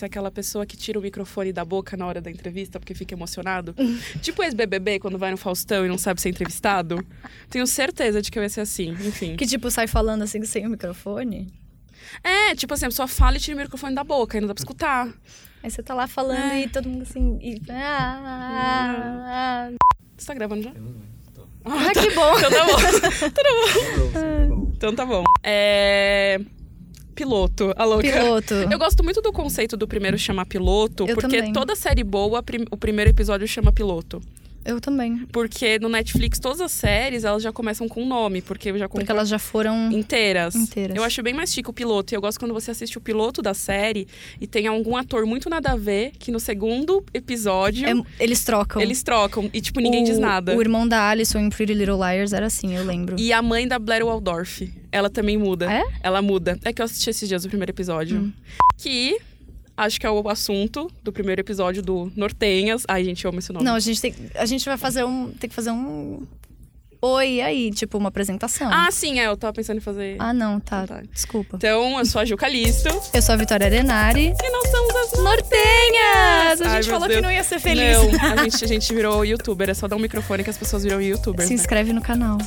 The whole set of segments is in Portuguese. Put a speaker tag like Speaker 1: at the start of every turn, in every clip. Speaker 1: Você é aquela pessoa que tira o microfone da boca na hora da entrevista porque fica emocionado. tipo ex-BBB quando vai no Faustão e não sabe ser entrevistado. Tenho certeza de que eu ia ser assim, enfim.
Speaker 2: Que tipo, sai falando assim sem o microfone.
Speaker 1: É, tipo assim, a pessoa fala e tira o microfone da boca e não dá pra escutar.
Speaker 2: Aí você tá lá falando
Speaker 1: É.
Speaker 2: e todo mundo assim. E... Ah, ah, ah.
Speaker 1: Você tá gravando já?
Speaker 3: Eu não lembro. Tô.
Speaker 2: Ah, que bom!
Speaker 1: Então tá bom.
Speaker 3: Lembrou, sempre bom.
Speaker 1: Então tá bom. É. Piloto, a louca.
Speaker 2: Piloto.
Speaker 1: Eu gosto muito do conceito do primeiro chamar piloto,
Speaker 2: Eu
Speaker 1: porque
Speaker 2: também.
Speaker 1: toda série boa, prim- o primeiro episódio chama piloto.
Speaker 2: Eu também.
Speaker 1: Porque no Netflix, todas as séries, elas já começam com o nome, porque eu já
Speaker 2: Porque
Speaker 1: compro
Speaker 2: elas já foram.
Speaker 1: Inteiras.
Speaker 2: Uhum. Inteiras.
Speaker 1: Eu acho bem mais chique o piloto. E eu gosto quando você assiste o piloto da série e tem algum ator muito nada a ver que no segundo episódio
Speaker 2: É, eles trocam.
Speaker 1: eles trocam. E, tipo, ninguém
Speaker 2: O-
Speaker 1: diz nada.
Speaker 2: O irmão da Alison em Pretty Little Liars era assim, eu lembro.
Speaker 1: E a mãe da Blair Waldorf, ela também muda.
Speaker 2: É? Hum.
Speaker 1: Ela muda. É que eu assisti esses dias o primeiro episódio. Que acho que é o assunto do primeiro episódio do Nortenhas. Ai, gente, eu amo esse nome.
Speaker 2: Não, a gente tem, a gente vai fazer um, tem que fazer um Oi e aí, tipo uma apresentação.
Speaker 1: Ah, sim, é. Eu tava pensando em fazer.
Speaker 2: Ah, não, tá.
Speaker 1: Tá.
Speaker 2: Desculpa.
Speaker 1: Então, eu sou a Ju Calisto.
Speaker 2: Eu sou a Vitória Arenari.
Speaker 1: E nós somos as
Speaker 2: Nortenhas! A
Speaker 1: Ai,
Speaker 2: gente
Speaker 1: meu
Speaker 2: falou que
Speaker 1: Deus.
Speaker 2: não ia ser feliz.
Speaker 1: Não, a gente, a gente virou youtuber. É só dar um microfone que as pessoas viram youtuber. né?
Speaker 2: Se inscreve no canal.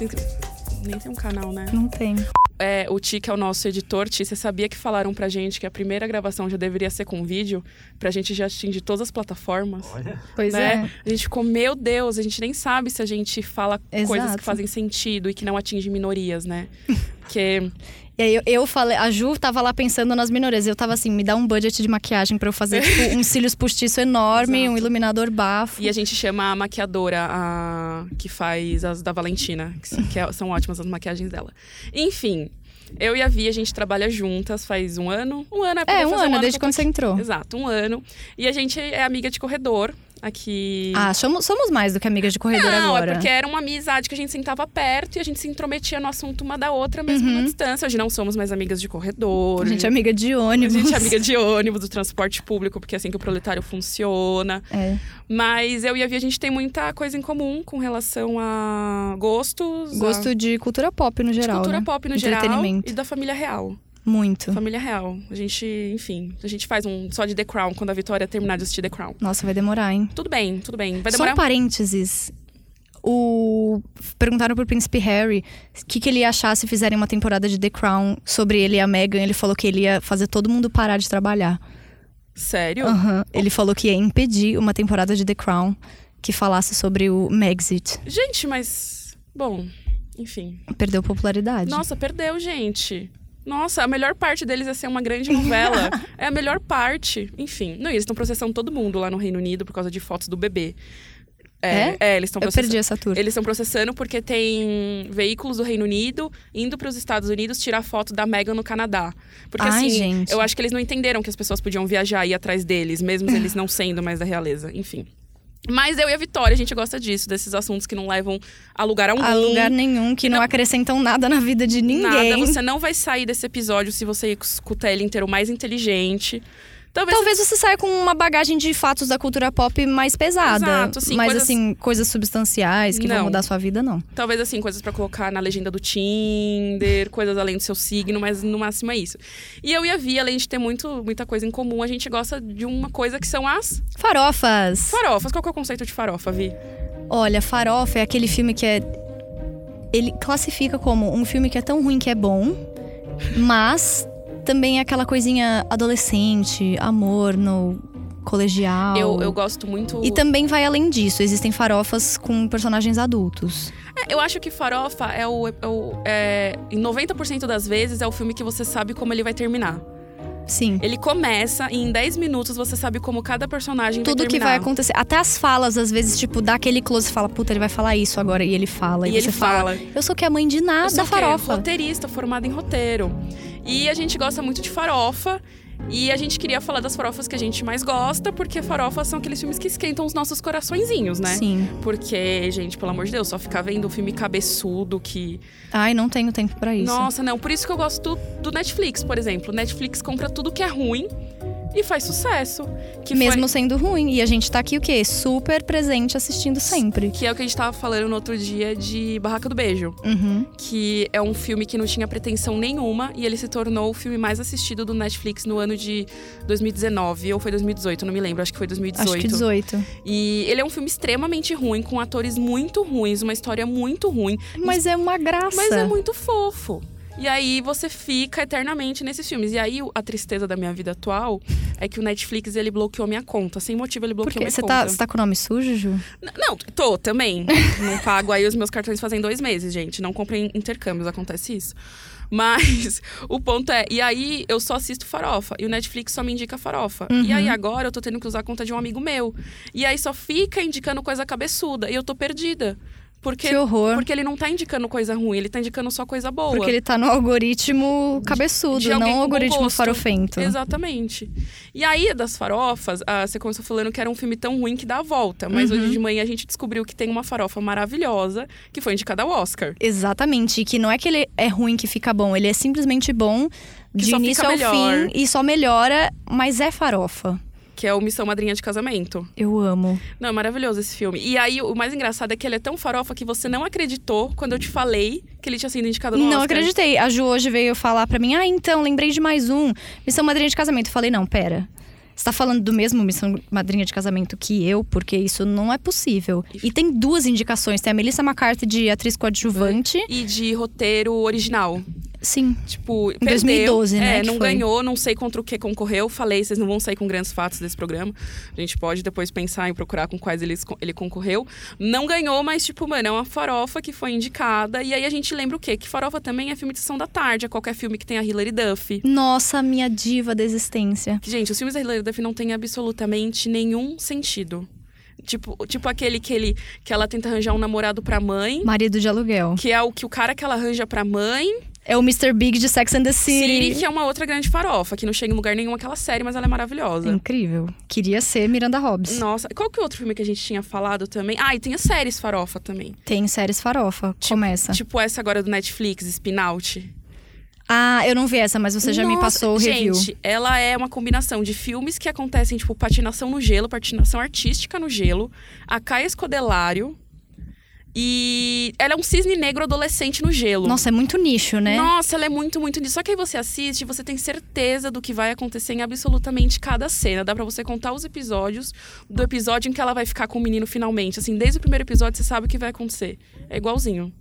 Speaker 1: Nem tem um canal, né?
Speaker 2: Não tem.
Speaker 1: É, o Ti, que é o nosso editor, Ti, você sabia que falaram pra gente que a primeira gravação já deveria ser com vídeo? Pra gente já atingir todas as plataformas?
Speaker 3: Olha,
Speaker 2: Pois
Speaker 1: né? A
Speaker 2: é.
Speaker 1: gente ficou, meu Deus, a gente nem sabe se a gente fala
Speaker 2: Exato.
Speaker 1: coisas que fazem sentido e que não atingem minorias, né? Porque
Speaker 2: E aí eu, eu falei, a Ju tava lá pensando nas minorias. Eu tava assim, me dá um budget de maquiagem pra eu fazer, tipo, uns cílios postiço enorme, um iluminador bafo.
Speaker 1: E a gente chama a maquiadora, a que faz as da Valentina, que, se- que é- são ótimas as maquiagens dela. Enfim, eu e a Vi, a gente trabalha juntas faz um ano. Um ano é, pra
Speaker 2: É,
Speaker 1: fazer
Speaker 2: um ano, desde
Speaker 1: que eu
Speaker 2: quando
Speaker 1: tô
Speaker 2: você entrou.
Speaker 1: aqui. Exato, um ano. E a gente é amiga de corredor aqui.
Speaker 2: Ah, somos, somos mais do que amigas de corredor
Speaker 1: Não,
Speaker 2: agora.
Speaker 1: é porque era uma amizade que a gente sentava perto e a gente se intrometia no assunto uma da outra, mesmo na distância. Hoje não somos mais amigas de corredor.
Speaker 2: Uhum. A gente é amiga de ônibus.
Speaker 1: a gente é amiga de ônibus, do transporte público, porque é assim que o proletário funciona.
Speaker 2: É.
Speaker 1: Mas eu e a Vi, a gente tem muita coisa em comum com relação a gostos. a...
Speaker 2: Gosto de cultura pop no
Speaker 1: de
Speaker 2: geral.
Speaker 1: cultura
Speaker 2: né?
Speaker 1: pop no geral
Speaker 2: Entretenimento. Então.
Speaker 1: e da família real.
Speaker 2: Muito.
Speaker 1: Família real. A gente, enfim, a gente faz um só de The Crown quando a Vitória terminar de assistir The Crown.
Speaker 2: Nossa, vai demorar, hein?
Speaker 1: Tudo bem, tudo bem. Vai
Speaker 2: Só
Speaker 1: demorar
Speaker 2: um parênteses. O... Perguntaram pro príncipe Harry o que, que ele ia achar se fizerem uma temporada de The Crown sobre ele e a Meghan. Ele falou que ele ia fazer todo mundo parar de trabalhar.
Speaker 1: Sério?
Speaker 2: Aham. Ele falou que ia impedir uma temporada de The Crown que falasse sobre o Megxit.
Speaker 1: Gente, mas bom, enfim.
Speaker 2: Perdeu popularidade.
Speaker 1: Nossa, perdeu, gente. Nossa, a melhor parte deles é ser uma grande novela. é a melhor parte. Enfim. Não, e eles estão processando todo mundo lá no Reino Unido por causa de fotos do bebê.
Speaker 2: É?
Speaker 1: é eles estão
Speaker 2: Eu
Speaker 1: processando.
Speaker 2: perdi essa turma.
Speaker 1: Eles estão processando porque tem veículos do Reino Unido indo para os Estados Unidos tirar foto da Meghan no Canadá. Porque
Speaker 2: Ai,
Speaker 1: assim,
Speaker 2: gente.
Speaker 1: eu acho que eles não entenderam que as pessoas podiam viajar e ir atrás deles, mesmo eles não sendo mais da realeza. Enfim. Mas eu e a Vitória, a gente gosta disso, desses assuntos que não levam a lugar algum.
Speaker 2: A lugar nenhum, que não, acrescentam nada na vida de ninguém.
Speaker 1: Nada. Você não vai sair desse episódio se você escutar ele inteiro mais inteligente. Talvez,
Speaker 2: Talvez você saia com uma bagagem de fatos da cultura pop mais pesada.
Speaker 1: Exato, sim,
Speaker 2: mas
Speaker 1: coisas-
Speaker 2: assim, coisas substanciais que
Speaker 1: Não.
Speaker 2: vão mudar a sua vida, não.
Speaker 1: Talvez assim, coisas pra colocar na legenda do Tinder, coisas além do seu signo, mas no máximo é isso. E eu e a Vi, além de ter muito, muita coisa em comum, a gente gosta de uma coisa que são as
Speaker 2: Farofas!
Speaker 1: farofas. Qual que é o conceito de farofa, Vi?
Speaker 2: Olha, Farofa é aquele filme que é. Ele classifica como um filme que é tão ruim que é bom, mas também é aquela coisinha adolescente, amor no colegial.
Speaker 1: Eu, eu gosto muito.
Speaker 2: Ah. E também vai além disso, existem farofas com personagens adultos.
Speaker 1: É, eu acho que farofa é o. É o é, em 90% das vezes é o filme que você sabe como ele vai terminar.
Speaker 2: Sim.
Speaker 1: Ele começa e em 10 minutos você sabe como cada personagem
Speaker 2: Tudo
Speaker 1: vai
Speaker 2: que
Speaker 1: terminar.
Speaker 2: vai acontecer. Até as falas, às vezes, tipo, dá aquele close e fala, puta, ele vai falar isso agora. E ele fala.
Speaker 1: E
Speaker 2: você
Speaker 1: ele fala.
Speaker 2: Eu sou que a mãe de nada,
Speaker 1: Eu sou é o quê?
Speaker 2: Ah, farofa.
Speaker 1: Roteirista, formada em roteiro. E a gente gosta muito de farofa. E a gente queria falar das farofas que a gente mais gosta, porque farofas são aqueles filmes que esquentam os nossos coraçõezinhos, né?
Speaker 2: Sim.
Speaker 1: Porque, gente, pelo amor de Deus, só ficar vendo um filme cabeçudo que.
Speaker 2: Ai, não tenho tempo pra isso.
Speaker 1: Nossa, não. Por isso que eu gosto do Netflix, por exemplo. Netflix compra tudo que é ruim e faz sucesso. Que
Speaker 2: Mesmo sendo ruim. E a gente tá aqui o quê? Super presente assistindo sempre.
Speaker 1: foi, que é o que a gente tava falando no outro dia de Barraca do Beijo.
Speaker 2: Uhum.
Speaker 1: Que é um filme que não tinha pretensão nenhuma e ele se tornou o filme mais assistido do Netflix no ano de 2019 ou foi 2018, não me lembro, acho que foi 2018.
Speaker 2: Acho que 18.
Speaker 1: E ele é um filme extremamente ruim, com atores muito ruins, uma história muito ruim,
Speaker 2: Mas é uma graça.
Speaker 1: mas é muito fofo. E aí você fica eternamente nesses filmes. E aí o- a tristeza da minha vida atual é que o Netflix ele bloqueou minha conta. Sem motivo ele bloqueou
Speaker 2: Porque
Speaker 1: minha
Speaker 2: você
Speaker 1: conta.
Speaker 2: tá, você tá com o nome sujo, Ju?
Speaker 1: N- Não, tô também. Não pago aí os meus cartões fazem dois meses, gente. Não comprem intercâmbios, acontece isso. Mas o ponto é, e aí eu só assisto farofa. E o Netflix só me indica farofa. E
Speaker 2: Uhum.
Speaker 1: aí agora eu tô tendo que usar a conta de um amigo meu. E aí só fica indicando coisa cabeçuda. E eu tô perdida. Porque,
Speaker 2: Que horror.
Speaker 1: porque ele não tá indicando coisa ruim, ele tá indicando só coisa boa.
Speaker 2: Porque ele tá no algoritmo
Speaker 1: de
Speaker 2: cabeçudo,
Speaker 1: alguém
Speaker 2: não
Speaker 1: com bom
Speaker 2: algoritmo
Speaker 1: gosto.
Speaker 2: farofento.
Speaker 1: Exatamente. E aí, das farofas, ah, você começou falando que era um filme tão ruim que dá a volta. Mas
Speaker 2: Uhum.
Speaker 1: hoje de manhã a gente descobriu que tem uma farofa maravilhosa que foi indicada ao Oscar.
Speaker 2: Exatamente, que não é que ele é ruim que fica bom, ele é simplesmente bom
Speaker 1: Que
Speaker 2: de
Speaker 1: só
Speaker 2: início ao
Speaker 1: fica melhor.
Speaker 2: fim e só melhora, mas é farofa.
Speaker 1: Que é o Missão Madrinha de Casamento.
Speaker 2: Eu amo.
Speaker 1: Não, é maravilhoso esse filme. E aí, o mais engraçado é que ele é tão farofa que você não acreditou quando eu te falei que ele tinha sido indicado no
Speaker 2: não
Speaker 1: Tá um Oscar.
Speaker 2: acreditei. A Ju hoje veio falar pra mim: "Ah, então, lembrei de mais um, Missão Madrinha de Casamento". Eu falei: "Não, pera. Você tá falando do mesmo Missão Madrinha de Casamento que eu, porque isso não é possível". E tem duas indicações, tem a Melissa McCarthy de atriz coadjuvante.
Speaker 1: E de roteiro original.
Speaker 2: Sim.
Speaker 1: Tipo, em
Speaker 2: 2012, né,
Speaker 1: É,
Speaker 2: que
Speaker 1: não
Speaker 2: foi.
Speaker 1: ganhou, não sei contra o que concorreu. Falei, vocês não vão sair com grandes fatos desse programa. A gente pode depois pensar em procurar com quais eles, ele concorreu. Não ganhou, mas, tipo, mano, é uma farofa que foi indicada. E aí a gente lembra o quê? Que farofa também é filme de sessão da tarde, é qualquer filme que tem a Hilary Duff.
Speaker 2: Nossa, minha diva da existência.
Speaker 1: Que, Gente, os filmes da Hilary Duff não têm absolutamente nenhum sentido. Tipo, tipo aquele que, ele, que ela tenta arranjar um namorado pra mãe,
Speaker 2: Marido de aluguel.
Speaker 1: que é o que o cara que ela arranja pra mãe.
Speaker 2: É o Mr. Big de Sex and the
Speaker 1: Siri, que é uma outra grande farofa, que não chega em lugar nenhum aquela série, mas ela é maravilhosa.
Speaker 2: Incrível. Queria ser Miranda Hobbs.
Speaker 1: Nossa, qual que é outro filme que a gente tinha falado também? Ah, e tem as séries farofa também.
Speaker 2: Tem séries farofa. Começa.
Speaker 1: Tipo essa agora do Netflix, Spinout.
Speaker 2: Ah, eu não vi essa, mas você já me
Speaker 1: Nossa,
Speaker 2: passou o review.
Speaker 1: Gente, ela é uma combinação de filmes que acontecem, tipo, patinação no gelo, patinação artística no gelo, a Caia Escodelário. E ela é um cisne negro adolescente no gelo.
Speaker 2: Nossa, é muito nicho, né?
Speaker 1: Nossa, ela é muito, muito nisso. Só que aí você assiste e você tem certeza do que vai acontecer em absolutamente cada cena. Dá pra você contar os episódios do episódio em que ela vai ficar com o menino finalmente. Assim, desde o primeiro episódio você sabe o que vai acontecer. É igualzinho.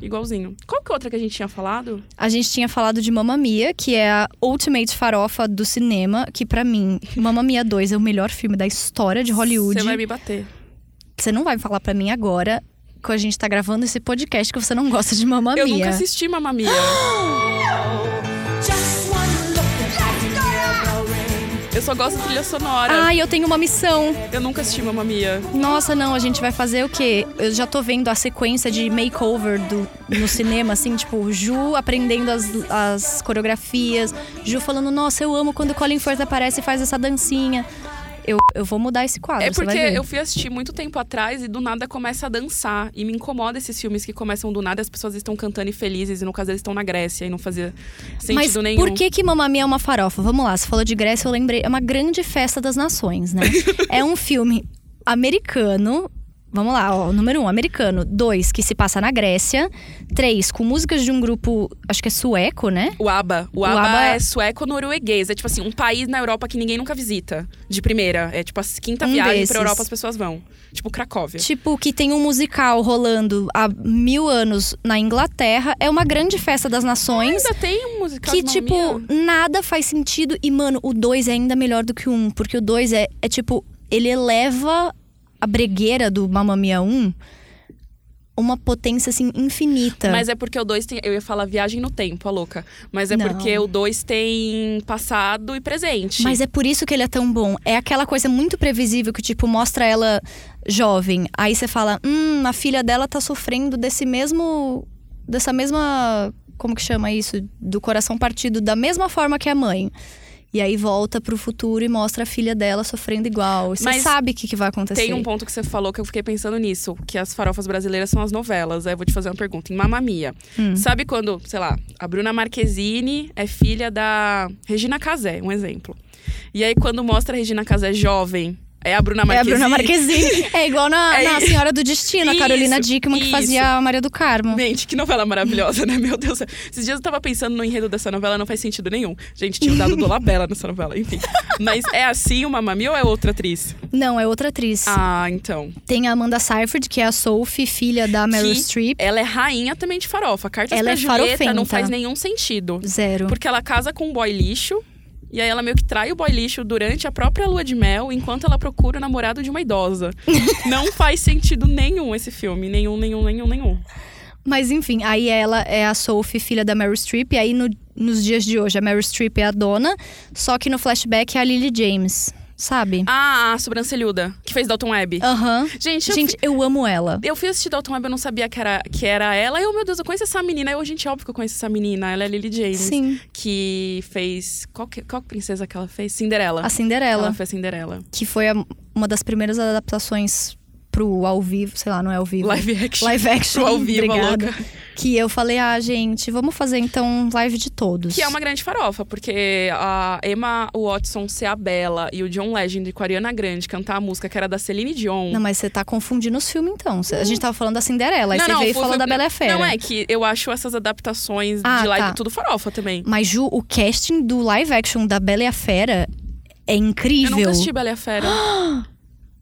Speaker 1: Igualzinho. Qual que é outra que a gente tinha falado?
Speaker 2: A gente tinha falado de Mamma Mia, que é a ultimate farofa do cinema, que pra mim, Mamma Mia 2 é o melhor filme da história de Hollywood.
Speaker 1: Você vai me bater.
Speaker 2: Você não vai falar pra mim agora que a gente tá gravando esse podcast que você não gosta de Mamma
Speaker 1: Eu
Speaker 2: Mia.
Speaker 1: nunca assisti Mamma Mia. Eu só gosto da trilha sonora.
Speaker 2: Ai, eu tenho uma missão.
Speaker 1: Eu nunca assisti Mamma Mia.
Speaker 2: Nossa, não, a gente vai fazer o quê? Eu já tô vendo a sequência de makeover do, no cinema, assim, tipo, Ju aprendendo as, as coreografias, Ju falando, nossa, eu amo quando o Colin Firth aparece e faz essa dancinha. Eu, eu vou mudar esse quadro,
Speaker 1: É
Speaker 2: Ah, você
Speaker 1: porque
Speaker 2: vai ver.
Speaker 1: eu fui assistir muito tempo atrás e do nada começa a dançar. E me incomoda esses filmes que começam do nada e as pessoas estão cantando e felizes. E no caso eles estão na Grécia e não fazia sentido
Speaker 2: Mas
Speaker 1: nenhum.
Speaker 2: por que que Mamma Mia é uma farofa? Vamos lá, você falou de Grécia, eu lembrei. É uma grande festa das nações, né? é um filme americano. Vamos lá, ó, número um, americano. Dois, que se passa na Grécia. Três, com músicas de um grupo, acho que é sueco, né?
Speaker 1: O ABBA. O ABBA,
Speaker 2: ABBA
Speaker 1: é sueco-norueguês. É tipo assim, um país na Europa que ninguém nunca visita. De primeira. É tipo a quinta
Speaker 2: Um
Speaker 1: viagem
Speaker 2: desses.
Speaker 1: pra Europa as pessoas vão. Tipo Cracóvia.
Speaker 2: Tipo, que tem um musical rolando há mil anos na Inglaterra. É uma grande festa das nações.
Speaker 1: Ainda tem um musical
Speaker 2: Que,
Speaker 1: de Mamma
Speaker 2: tipo,
Speaker 1: Mia?
Speaker 2: nada faz sentido. E, mano, o 2 é ainda melhor do que o 1. Um, porque o 2 é, é, tipo, ele eleva a bregueira do Mamma Mia 1 uma potência, assim, infinita.
Speaker 1: Mas é porque o 2 tem. Eu ia falar viagem no tempo, a louca. Mas é
Speaker 2: Não.
Speaker 1: porque o 2 tem passado e presente.
Speaker 2: Mas é por isso que ele é tão bom. É aquela coisa muito previsível que, tipo, mostra ela jovem. Aí você fala, hum, a filha dela tá sofrendo desse mesmo. dessa mesma. Como que chama isso? Do coração partido, da mesma forma que a mãe. E aí volta pro futuro e mostra a filha dela sofrendo igual. E Você
Speaker 1: Mas
Speaker 2: sabe o que, que vai acontecer.
Speaker 1: Tem um ponto que você falou que eu fiquei pensando nisso, que as farofas brasileiras são as novelas. Aí eu vou te fazer uma pergunta. Em Mamma Mia,
Speaker 2: Hum.
Speaker 1: sabe quando, sei lá, a Bruna Marquezine é filha da Regina Casé, um exemplo. E aí, quando mostra a Regina Casé jovem, é a Bruna
Speaker 2: É a
Speaker 1: Marquezine.
Speaker 2: Bruna Marquezine. É igual na,
Speaker 1: É
Speaker 2: na
Speaker 1: isso.
Speaker 2: Senhora do Destino, a Carolina
Speaker 1: Isso,
Speaker 2: Dickman, que
Speaker 1: isso.
Speaker 2: fazia a Maria do Carmo.
Speaker 1: Gente, que novela maravilhosa, né? Meu Deus. do céu. Esses dias eu tava pensando no enredo dessa novela, não faz sentido nenhum. Gente, tinha dado Dolabella nessa novela, enfim. Mas é assim uma mami ou é outra atriz?
Speaker 2: Não, é outra atriz.
Speaker 1: Ah, então.
Speaker 2: Tem a Amanda Seyfried, que é a Sophie, filha da Meryl
Speaker 1: Que-
Speaker 2: Streep.
Speaker 1: Ela é rainha também de farofa. Cartas
Speaker 2: Ela
Speaker 1: pra
Speaker 2: é
Speaker 1: Julieta
Speaker 2: farofenta.
Speaker 1: não faz nenhum sentido.
Speaker 2: Zero.
Speaker 1: Porque ela casa com um boy lixo. E aí ela meio que trai o boy lixo durante a própria lua de mel, enquanto ela procura o namorado de uma idosa. não faz sentido nenhum esse filme. Nenhum, nenhum, nenhum, nenhum.
Speaker 2: Mas enfim, aí ela é a Sophie, filha da Meryl Streep. E aí no- nos dias de hoje, a Meryl Streep é a dona. Só que no flashback é a Lily James, sabe?
Speaker 1: Ah, a sobrancelhuda, que fez Dalton Web.
Speaker 2: Aham.
Speaker 1: Gente, eu
Speaker 2: Ah, Gente, eu amo ela.
Speaker 1: Eu fui assistir Dalton Web, eu não sabia que era, que era ela. E eu, meu Deus, eu conheço essa menina. Eu, gente, é óbvio que eu conheço essa menina. Ela é a Lily James.
Speaker 2: Sim.
Speaker 1: Que fez. Qual, que, qual princesa que ela fez? Cinderela.
Speaker 2: A Cinderela,
Speaker 1: Ela foi a Cinderela.
Speaker 2: que foi a- uma das primeiras adaptações pro ao vivo, sei lá, não é ao vivo.
Speaker 1: Live action.
Speaker 2: Live action.
Speaker 1: Pro ao vivo, a
Speaker 2: obrigada.
Speaker 1: louca.
Speaker 2: Que eu falei, ah, gente, vamos fazer então um live de todos.
Speaker 1: Que é uma grande farofa, porque a Emma Watson ser a Bela e o John Legend com a Ariana Grande cantar a música que era da Celine Dion.
Speaker 2: Não, mas você tá confundindo os filmes então. Cê- A gente tava falando da Cinderela, aí
Speaker 1: Uhum. Não,
Speaker 2: você
Speaker 1: não,
Speaker 2: veio e
Speaker 1: foi-
Speaker 2: falou
Speaker 1: foi-
Speaker 2: da Bela e a Fera.
Speaker 1: Não é que eu acho essas adaptações
Speaker 2: Ah,
Speaker 1: de live
Speaker 2: tá.
Speaker 1: tudo farofa também.
Speaker 2: Mas Ju, o casting do live action da Bela e a Fera é incrível.
Speaker 1: Eu nunca assisti Bela e a Fera.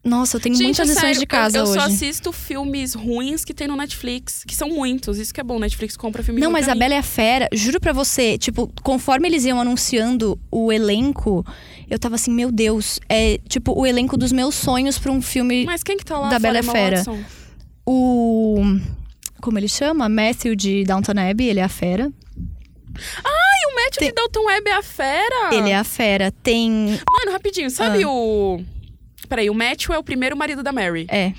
Speaker 2: Nossa, eu tenho
Speaker 1: Gente, é
Speaker 2: muitas lições
Speaker 1: sério,
Speaker 2: de casa
Speaker 1: eu, assim eu
Speaker 2: hoje.
Speaker 1: só assisto filmes ruins que tem no Netflix, que são muitos. Isso que é bom, Netflix compra filme
Speaker 2: Não,
Speaker 1: ruim
Speaker 2: mas
Speaker 1: pra
Speaker 2: a
Speaker 1: mim.
Speaker 2: Bela e a Fera, juro pra você, tipo, conforme eles iam anunciando o elenco, eu tava assim, meu Deus, é tipo o elenco dos meus sonhos pra um filme.
Speaker 1: Mas quem que tá lá?
Speaker 2: da Bela e
Speaker 1: Fora
Speaker 2: Fera.
Speaker 1: Emma Watson?
Speaker 2: O. Como ele chama? Matthew de Downton Abbey, ele é a fera.
Speaker 1: E o Matthew de Dalton Web é a fera?
Speaker 2: Ele Ah. é a fera. Tem.
Speaker 1: Mano, rapidinho, sabe o... Peraí, o Matthew é o primeiro marido da Mary.
Speaker 2: É,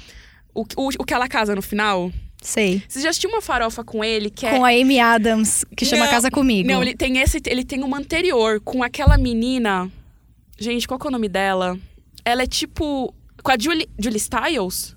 Speaker 1: O, o, o que ela casa no final.
Speaker 2: sei.
Speaker 1: Você já assistiu uma farofa com ele que é...
Speaker 2: Com a Amy Adams, que chama
Speaker 1: Não,
Speaker 2: Casa Comigo.
Speaker 1: Não, ele tem esse... Ele tem uma anterior com aquela menina... Gente, qual que é o nome dela? Ela é tipo... Com a Julie, Julie Styles?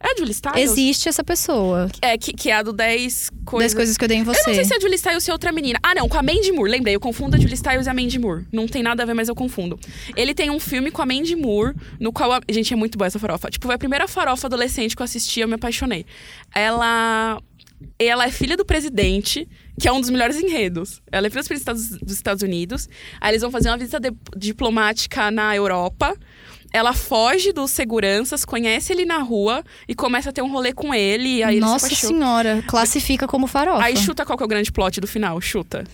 Speaker 1: É a Julie Styles?
Speaker 2: Existe essa pessoa.
Speaker 1: É, que, que é a do 10 coisas.
Speaker 2: Das coisas que eu dei em
Speaker 1: Eu não
Speaker 2: você.
Speaker 1: sei se é a Julie Styles ou se é outra menina. Ah, não, com a Mandy Moore. Lembrei, eu confundo a Julie Styles e a Mandy Moore. Não tem nada a ver, mas eu confundo. Ele tem um filme com a Mandy Moore, no qual... A... Gente, é muito boa essa farofa. Tipo, foi a primeira farofa adolescente que eu assisti, eu me apaixonei. Ela... Ela é filha do presidente, que é um dos melhores enredos. Ela é filha dos presidentes dos Estados Unidos. Aí eles vão fazer uma visita de- diplomática na Europa. Ela foge dos seguranças, conhece ele na rua e começa a ter um rolê com ele. E aí ele se
Speaker 2: Nossa
Speaker 1: apaixona.
Speaker 2: senhora, classifica como farofa.
Speaker 1: Aí chuta qual que é o grande plot do final, chuta.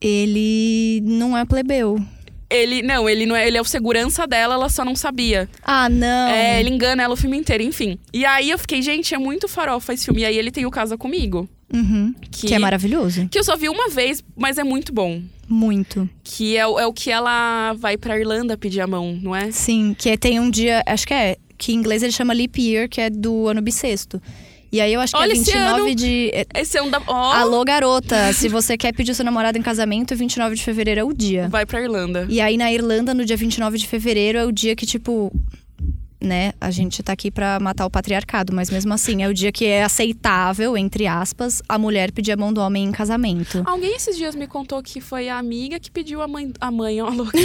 Speaker 2: Ele não é plebeu.
Speaker 1: Ele, não, ele não é, ele é o segurança dela, ela só não sabia.
Speaker 2: Ah, não.
Speaker 1: É, ele engana ela o filme inteiro, enfim. E aí eu fiquei, gente, é muito farofa esse filme. E aí ele tem o Casa Comigo,
Speaker 2: Uhum.
Speaker 1: que,
Speaker 2: Que... é maravilhoso.
Speaker 1: que eu só vi uma vez, mas é muito bom.
Speaker 2: Muito.
Speaker 1: Que é, o- é o que ela vai pra Irlanda pedir a mão, não é?
Speaker 2: Sim, que tem um dia, acho que é, que em inglês ele chama leap year, que é do ano bissexto. E aí eu acho que
Speaker 1: Olha,
Speaker 2: é
Speaker 1: esse
Speaker 2: 29
Speaker 1: ano-
Speaker 2: de. é-
Speaker 1: Esse é um da. Ó,
Speaker 2: Alô, garota! se você quer pedir seu namorado em casamento, 29 de fevereiro é o dia.
Speaker 1: vai pra Irlanda.
Speaker 2: E aí na Irlanda, no dia 29 de fevereiro, é o dia que, tipo. Né, a gente tá aqui pra matar o patriarcado, mas mesmo assim é o dia que é aceitável, entre aspas, a mulher pedir a mão do homem em casamento.
Speaker 1: Alguém esses dias me contou que foi a amiga que pediu a mãe. A mãe, ó, louca.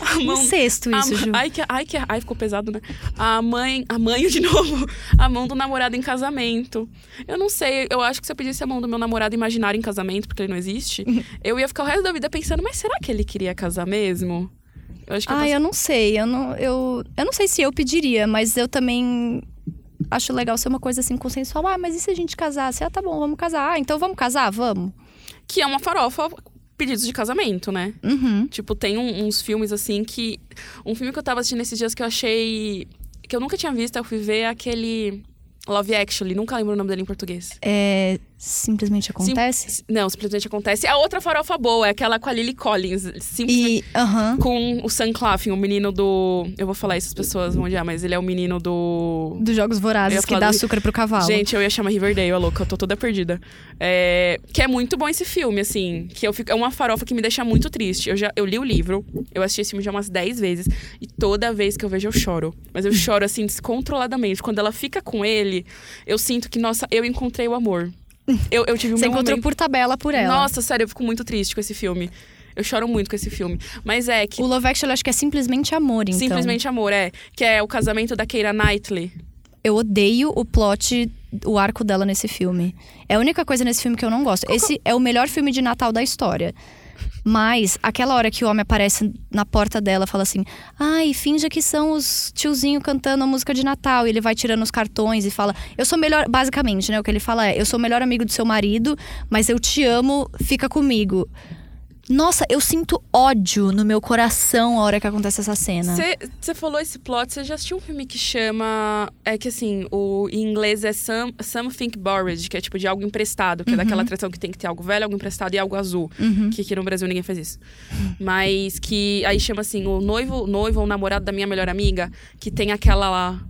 Speaker 1: a mão
Speaker 2: Incesto
Speaker 1: A
Speaker 2: isso,
Speaker 1: Ah, ma-
Speaker 2: Ju.
Speaker 1: Ai, que, ai, que, ai, ficou pesado, né? A mãe, a mãe de novo, a mão do namorado em casamento. Eu não sei, eu acho que se eu pedisse a mão do meu namorado imaginário em casamento, porque ele não existe, eu ia ficar o resto da vida pensando, mas será que ele queria casar mesmo? Eu acho que eu
Speaker 2: Ah, eu não sei. Eu não, eu, eu não sei se eu pediria, mas eu também acho legal ser uma coisa assim consensual. Ah, mas e se a gente casasse? Ah, tá bom, vamos casar. Ah, então vamos casar? Vamos.
Speaker 1: passo- Que é uma farofa pedidos de casamento, né?
Speaker 2: Uhum.
Speaker 1: Tipo, tem um- uns filmes assim que. Um filme que eu tava assistindo esses dias que eu achei. que eu nunca tinha visto, eu fui ver aquele. Love Actually, nunca lembro o nome dele em português.
Speaker 2: É, simplesmente acontece.
Speaker 1: Sim- não, simplesmente acontece. A outra farofa boa é aquela com a Lily Collins. Simplesmente.
Speaker 2: E, aham.
Speaker 1: Com o Sam Claflin, o menino do. Eu vou falar isso, as pessoas vão odiar, mas ele é o menino do.
Speaker 2: Dos Jogos
Speaker 1: Eu
Speaker 2: Vorazes,
Speaker 1: ia
Speaker 2: que
Speaker 1: falar
Speaker 2: dá
Speaker 1: do-
Speaker 2: açúcar pro cavalo.
Speaker 1: Gente, eu ia chamar Riverdale, a louca, eu tô toda perdida. É, que é muito bom esse filme, assim. Que eu fico, é uma farofa que me deixa muito triste. Eu já eu li o livro, eu assisti esse filme já umas 10 vezes. E toda vez que eu vejo, eu choro. Mas eu choro, assim, descontroladamente. Quando ela fica com ele, eu sinto que, nossa, eu encontrei o amor. Eu, eu tive um
Speaker 2: Você
Speaker 1: meu
Speaker 2: encontrou
Speaker 1: momento-
Speaker 2: por tabela por ela.
Speaker 1: Nossa, sério, eu fico muito triste com esse filme. Eu choro muito com esse filme. Mas é que.
Speaker 2: O Love Actually eu acho que é simplesmente amor, então.
Speaker 1: Simplesmente Amor, é. Que é o casamento da Keira Knightley.
Speaker 2: Eu odeio o plot, o arco dela nesse filme. É a única coisa nesse filme que eu não gosto. Esse é o melhor filme de Natal da história. Mas aquela hora que o homem aparece na porta dela, fala assim: "Ai, finja que são os tiozinho cantando a música de Natal". E ele vai tirando os cartões e fala: "Eu sou melhor, basicamente, né? O que ele fala é: "Eu sou o melhor amigo do seu marido, mas eu te amo, fica comigo". Nossa, eu sinto ódio no meu coração a hora que acontece essa cena.
Speaker 1: Você falou esse plot, você já assistiu um filme que chama. É que assim, o, em inglês é some, Something Borrowed, que é tipo de algo emprestado, que é daquela
Speaker 2: Uhum.
Speaker 1: atração que tem que ter algo velho, algo emprestado e algo azul. Que aqui no Brasil ninguém faz isso. Mas que aí chama assim, o noivo, noivo ou namorado da minha melhor amiga, que tem aquela lá.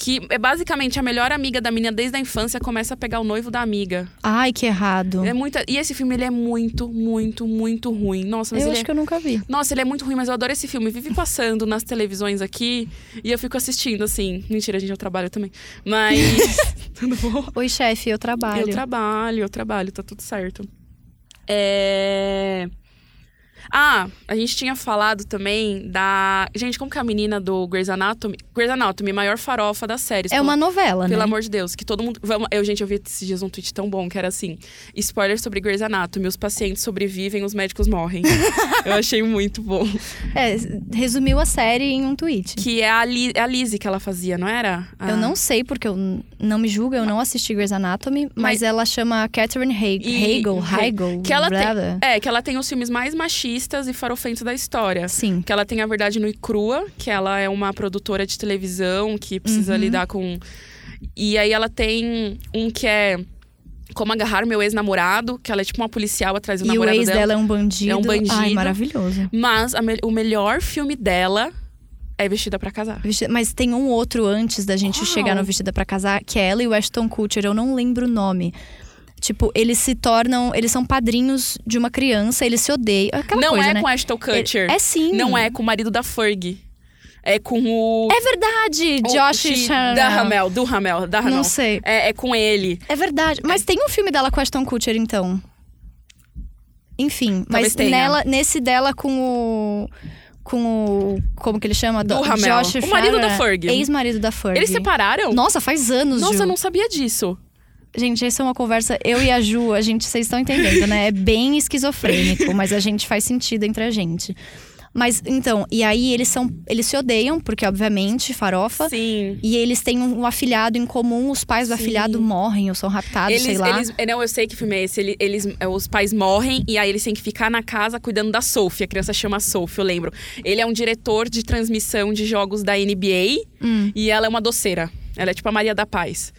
Speaker 1: Que é basicamente a melhor amiga da menina desde a infância começa a pegar o noivo da amiga.
Speaker 2: Ai, que errado.
Speaker 1: É muita, e esse filme ele é muito, muito, muito ruim. Nossa, mas
Speaker 2: eu
Speaker 1: ele
Speaker 2: acho
Speaker 1: é-
Speaker 2: que eu nunca vi.
Speaker 1: nossa, ele é muito ruim, mas eu adoro esse filme. Vive passando nas televisões aqui e eu fico assistindo, assim. Mentira, gente, eu trabalho também. Mas. Tudo bom?
Speaker 2: Oi, chefe, eu trabalho.
Speaker 1: Eu trabalho, eu trabalho, tá tudo certo. É. Ah, a gente tinha falado também da. Gente, como que é a menina do Grey's Anatomy? Grey's Anatomy, maior farofa das séries.
Speaker 2: É
Speaker 1: pelo
Speaker 2: uma novela,
Speaker 1: pelo
Speaker 2: né?
Speaker 1: amor de Deus, que todo mundo. Vamos, eu, gente, eu vi esses dias um tweet tão bom que era assim: spoiler sobre Grey's Anatomy, os pacientes sobrevivem, os médicos morrem. eu achei muito bom.
Speaker 2: É, resumiu a série em um tweet.
Speaker 1: Que é a, Li, é a Lizzie que ela fazia, não era? A-
Speaker 2: Eu não sei, porque eu n- não me julgo, eu não assisti Grey's Anatomy, mas,
Speaker 1: Mas-
Speaker 2: ela chama Catherine Hegel,
Speaker 1: E-
Speaker 2: Hegel,
Speaker 1: He-
Speaker 2: Hegel,
Speaker 1: que ela tem-
Speaker 2: brother.
Speaker 1: É, que ela tem os filmes mais machistas e farofentos da história.
Speaker 2: Sim.
Speaker 1: Que ela tem a verdade no e crua, que ela é uma produtora de televisão que precisa
Speaker 2: Uhum.
Speaker 1: lidar com. E aí ela tem um que é Como Agarrar Meu Ex-Namorado, que ela é tipo uma policial atrás do
Speaker 2: E o
Speaker 1: namorado
Speaker 2: ex
Speaker 1: dela.
Speaker 2: dela. é um bandido.
Speaker 1: É um
Speaker 2: Ai,
Speaker 1: bandido.
Speaker 2: maravilhoso.
Speaker 1: Mas a me- o melhor filme dela é Vestida pra Casar.
Speaker 2: Vesti- Mas tem um outro antes da gente
Speaker 1: Qual?
Speaker 2: chegar no Vestida pra Casar, que é ela e o Ashton Kutcher, eu não lembro o nome. Tipo, eles se tornam. Eles são padrinhos de uma criança, eles se odeiam. Aquela
Speaker 1: não
Speaker 2: coisa,
Speaker 1: é
Speaker 2: né?
Speaker 1: com Ashton Kutcher.
Speaker 2: É, é sim.
Speaker 1: Não é com o marido da Ferg. É com o.
Speaker 2: É verdade, Josh
Speaker 1: o,
Speaker 2: Chanel.
Speaker 1: Da Ramel, do Ramel, da Ramel.
Speaker 2: Não sei.
Speaker 1: É, é com ele.
Speaker 2: É verdade. Mas tem um filme dela com Ashton Kutcher, então. Enfim,
Speaker 1: Talvez
Speaker 2: mas
Speaker 1: tenha.
Speaker 2: nela, nesse dela com o. Com o. Como que ele chama?
Speaker 1: Do
Speaker 2: Do-
Speaker 1: Ramel.
Speaker 2: Josh
Speaker 1: O marido
Speaker 2: Farrar.
Speaker 1: da Ferg.
Speaker 2: Ex-marido da Ferg.
Speaker 1: Eles separaram?
Speaker 2: Nossa, faz anos,
Speaker 1: Nossa,
Speaker 2: Ju.
Speaker 1: eu não sabia disso.
Speaker 2: Gente, essa é uma conversa. Eu e a Ju, a gente, vocês estão entendendo, né? É bem esquizofrênico, mas a gente faz sentido entre a gente. Mas então, e aí eles são. Eles se odeiam, porque, obviamente, farofa.
Speaker 1: Sim.
Speaker 2: E eles têm um, um afilhado em comum, os pais do
Speaker 1: Sim.
Speaker 2: afilhado morrem ou são raptados,
Speaker 1: Eles,
Speaker 2: sei lá.
Speaker 1: eles- é, não, eu sei que filme é esse. Ele- Eles, é, os pais morrem e aí eles têm que ficar na casa cuidando da Sophie. A criança chama Sophie, eu lembro. Ele é um diretor de transmissão de jogos da NBA
Speaker 2: Hum.
Speaker 1: e ela é uma doceira. Ela é tipo a Maria da Paz.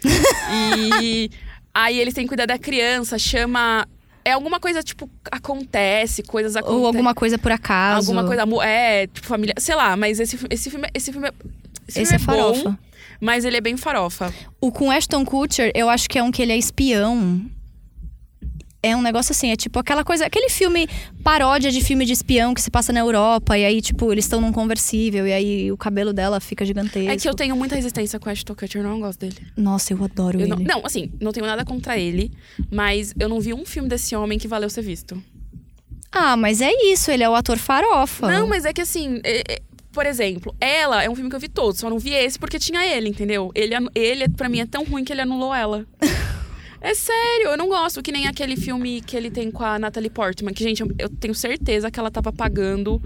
Speaker 1: e aí eles têm que cuidar da criança, chama. É alguma coisa, tipo, acontece, coisas acontecem.
Speaker 2: Ou alguma coisa por acaso.
Speaker 1: Alguma coisa. mu- É, tipo, família. Sei lá, mas esse, fi- esse filme. Esse filme é. Esse,
Speaker 2: Esse é
Speaker 1: filme bom,
Speaker 2: farofa.
Speaker 1: mas ele é bem farofa.
Speaker 2: O com Ashton Kutcher, eu acho que é um que ele é espião. É um negócio assim, é tipo aquela coisa, aquele filme paródia de filme de espião que se passa na Europa e aí tipo eles estão num conversível e aí o cabelo dela fica gigantesco.
Speaker 1: É que eu tenho muita resistência com o Ashton Kutcher, eu não gosto dele.
Speaker 2: Nossa, eu adoro
Speaker 1: Eu
Speaker 2: ele.
Speaker 1: não, não, assim, não tenho nada contra ele, mas eu não vi um filme desse homem que valeu ser visto.
Speaker 2: Ah, mas é isso, ele é o ator farofa.
Speaker 1: Não, mas é que assim, é- é- por exemplo, ela é um filme que eu vi todo, só não vi esse porque tinha ele, entendeu? Ele, anu- ele para mim é tão ruim que ele anulou ela. É sério, eu não gosto que nem aquele filme que ele tem com a Natalie Portman, que gente, eu, eu tenho certeza que ela tava pagando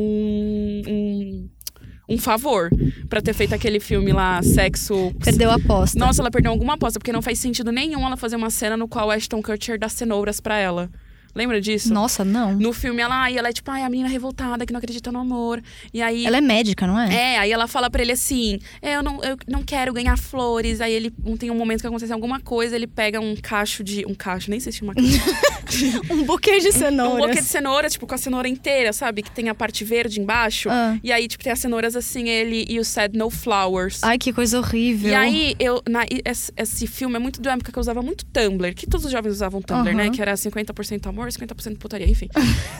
Speaker 1: um, um um favor pra ter feito aquele filme lá, sexo
Speaker 2: Perdeu a aposta.
Speaker 1: Nossa, ela perdeu alguma aposta, porque não faz sentido nenhum ela fazer uma cena no qual o Ashton Kutcher dá cenouras pra ela. Lembra disso?
Speaker 2: Nossa, não.
Speaker 1: No filme, ela, ai, ela é tipo, ai, a menina revoltada que não acredita no amor. E aí.
Speaker 2: Ela é médica, não é?
Speaker 1: É, aí ela fala pra ele assim: é, eu não, eu não quero ganhar flores. Aí ele um- tem um momento que acontece alguma coisa, ele pega um cacho de. Um cacho, nem sei se chama cacho.
Speaker 2: Um buquê de
Speaker 1: É, um
Speaker 2: cenouras.
Speaker 1: buquê de cenoura, tipo, com a cenoura inteira, sabe? Que tem a parte verde embaixo.
Speaker 2: Ah.
Speaker 1: E aí, tipo, tem as cenouras assim, ele e o said no flowers.
Speaker 2: Ai, que coisa horrível.
Speaker 1: E aí, eu, na- e esse, esse filme é muito da época que eu usava muito Tumblr, que todos os jovens usavam Tumblr, né?
Speaker 2: Aham.
Speaker 1: Que era 50% amor, amor, 50% putaria, enfim.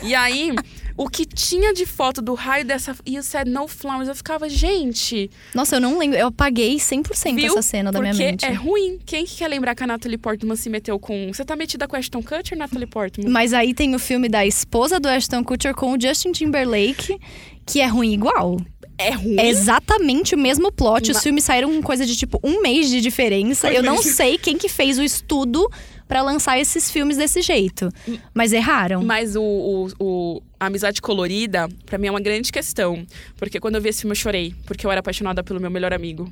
Speaker 1: e aí, o que tinha de foto do raio dessa. E o Sad No Flowers, eu ficava, gente,
Speaker 2: Nossa, eu não lembro. Eu apaguei 100%
Speaker 1: Viu?
Speaker 2: essa cena da minha
Speaker 1: porque
Speaker 2: mente.
Speaker 1: é ruim. Quem que quer lembrar que a Natalie Portman se meteu com. Você tá metida com a Ashton Kutcher, Natalie Portman?
Speaker 2: Mas aí tem o filme da esposa do Ashton Kutcher com o Justin Timberlake, que é ruim igual.
Speaker 1: É ruim.
Speaker 2: É exatamente o mesmo plot. Os
Speaker 1: Ma- Um
Speaker 2: filmes saíram com coisa de tipo um mês de diferença. Eu não sei quem que fez o estudo pra lançar esses filmes desse jeito. Mas erraram.
Speaker 1: Mas o, o- o- a amizade colorida, pra mim, é uma grande questão. Porque quando eu vi esse filme, eu chorei. Porque eu era apaixonada pelo meu melhor amigo.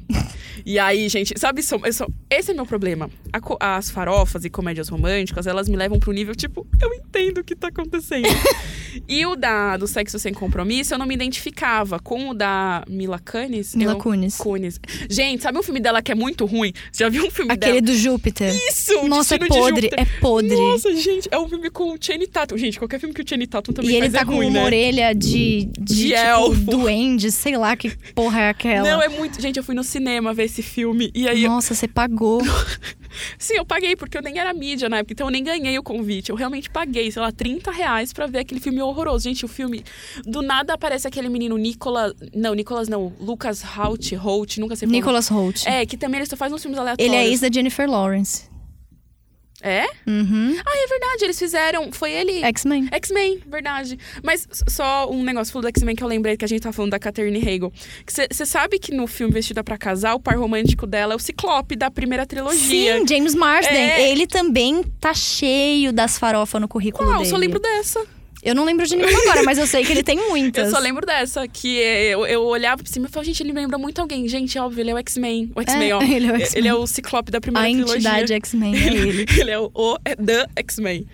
Speaker 1: e aí, gente, sabe? São, eu sou- esse é meu problema. A co- as farofas e comédias românticas, elas me levam pro nível, tipo, eu entendo o que tá acontecendo. e o da, do Sexo Sem Compromisso, eu não me identificava. Com o da Mila Kunis...
Speaker 2: Mila
Speaker 1: eu-
Speaker 2: Kunis.
Speaker 1: Kunis. Gente, sabe um filme dela que é muito ruim? Você já viu um filme
Speaker 2: Aquele
Speaker 1: dela?
Speaker 2: do Júpiter.
Speaker 1: Isso! o
Speaker 2: Nossa, é
Speaker 1: Destino de
Speaker 2: podre,
Speaker 1: Júpiter.
Speaker 2: é podre.
Speaker 1: Nossa, gente, é um filme com o Channing Tatum. Gente, qualquer filme que o Channing Tatum também
Speaker 2: e ele
Speaker 1: faz
Speaker 2: tá
Speaker 1: é
Speaker 2: com
Speaker 1: ruim,
Speaker 2: uma
Speaker 1: né?
Speaker 2: orelha de, de,
Speaker 1: De
Speaker 2: tipo,
Speaker 1: elfo.
Speaker 2: duende, sei lá que porra é aquela.
Speaker 1: Não, é muito. Gente, eu fui no cinema ver esse filme. E aí.
Speaker 2: Nossa, você pagou.
Speaker 1: Sim, eu paguei, porque eu nem era mídia na época, então eu nem ganhei o convite. Eu realmente paguei, sei lá, 30 reais pra ver aquele filme horroroso. Gente, o filme. Do nada aparece aquele menino Nicolas. Não, Nicolas não. Lucas Hout, Holt, nunca sei falar.
Speaker 2: Nicholas Holt.
Speaker 1: É, que também ele só faz uns filmes aleatórios.
Speaker 2: Ele é ex da Jennifer Lawrence.
Speaker 1: É?
Speaker 2: Uhum.
Speaker 1: Ah, é verdade, eles fizeram. Foi ele.
Speaker 2: X-Men.
Speaker 1: X-Men, verdade. Mas s- só um negócio falou do X-Men que eu lembrei que a gente tá falando da Catherine Hegel. Você sabe que no filme Vestida pra Casar, o par romântico dela é o Ciclope da primeira trilogia.
Speaker 2: Sim, James Marsden.
Speaker 1: É.
Speaker 2: Ele também tá cheio das farofas no currículo
Speaker 1: Qual? Eu
Speaker 2: dele.
Speaker 1: só lembro dessa.
Speaker 2: Eu não lembro de nenhuma agora, mas eu sei que ele tem muitas.
Speaker 1: Eu só lembro dessa. Que é, eu, eu olhava pra cima e falava, gente, ele me lembra muito alguém. Gente, é óbvio, ele é o X-Men. O X-Men,
Speaker 2: É,
Speaker 1: ó.
Speaker 2: ele é o
Speaker 1: É,
Speaker 2: X-Men.
Speaker 1: Ele é o Ciclope da primeira
Speaker 2: A
Speaker 1: trilogia.
Speaker 2: entidade X-Men é ele.
Speaker 1: ele é o, o é The X-Men.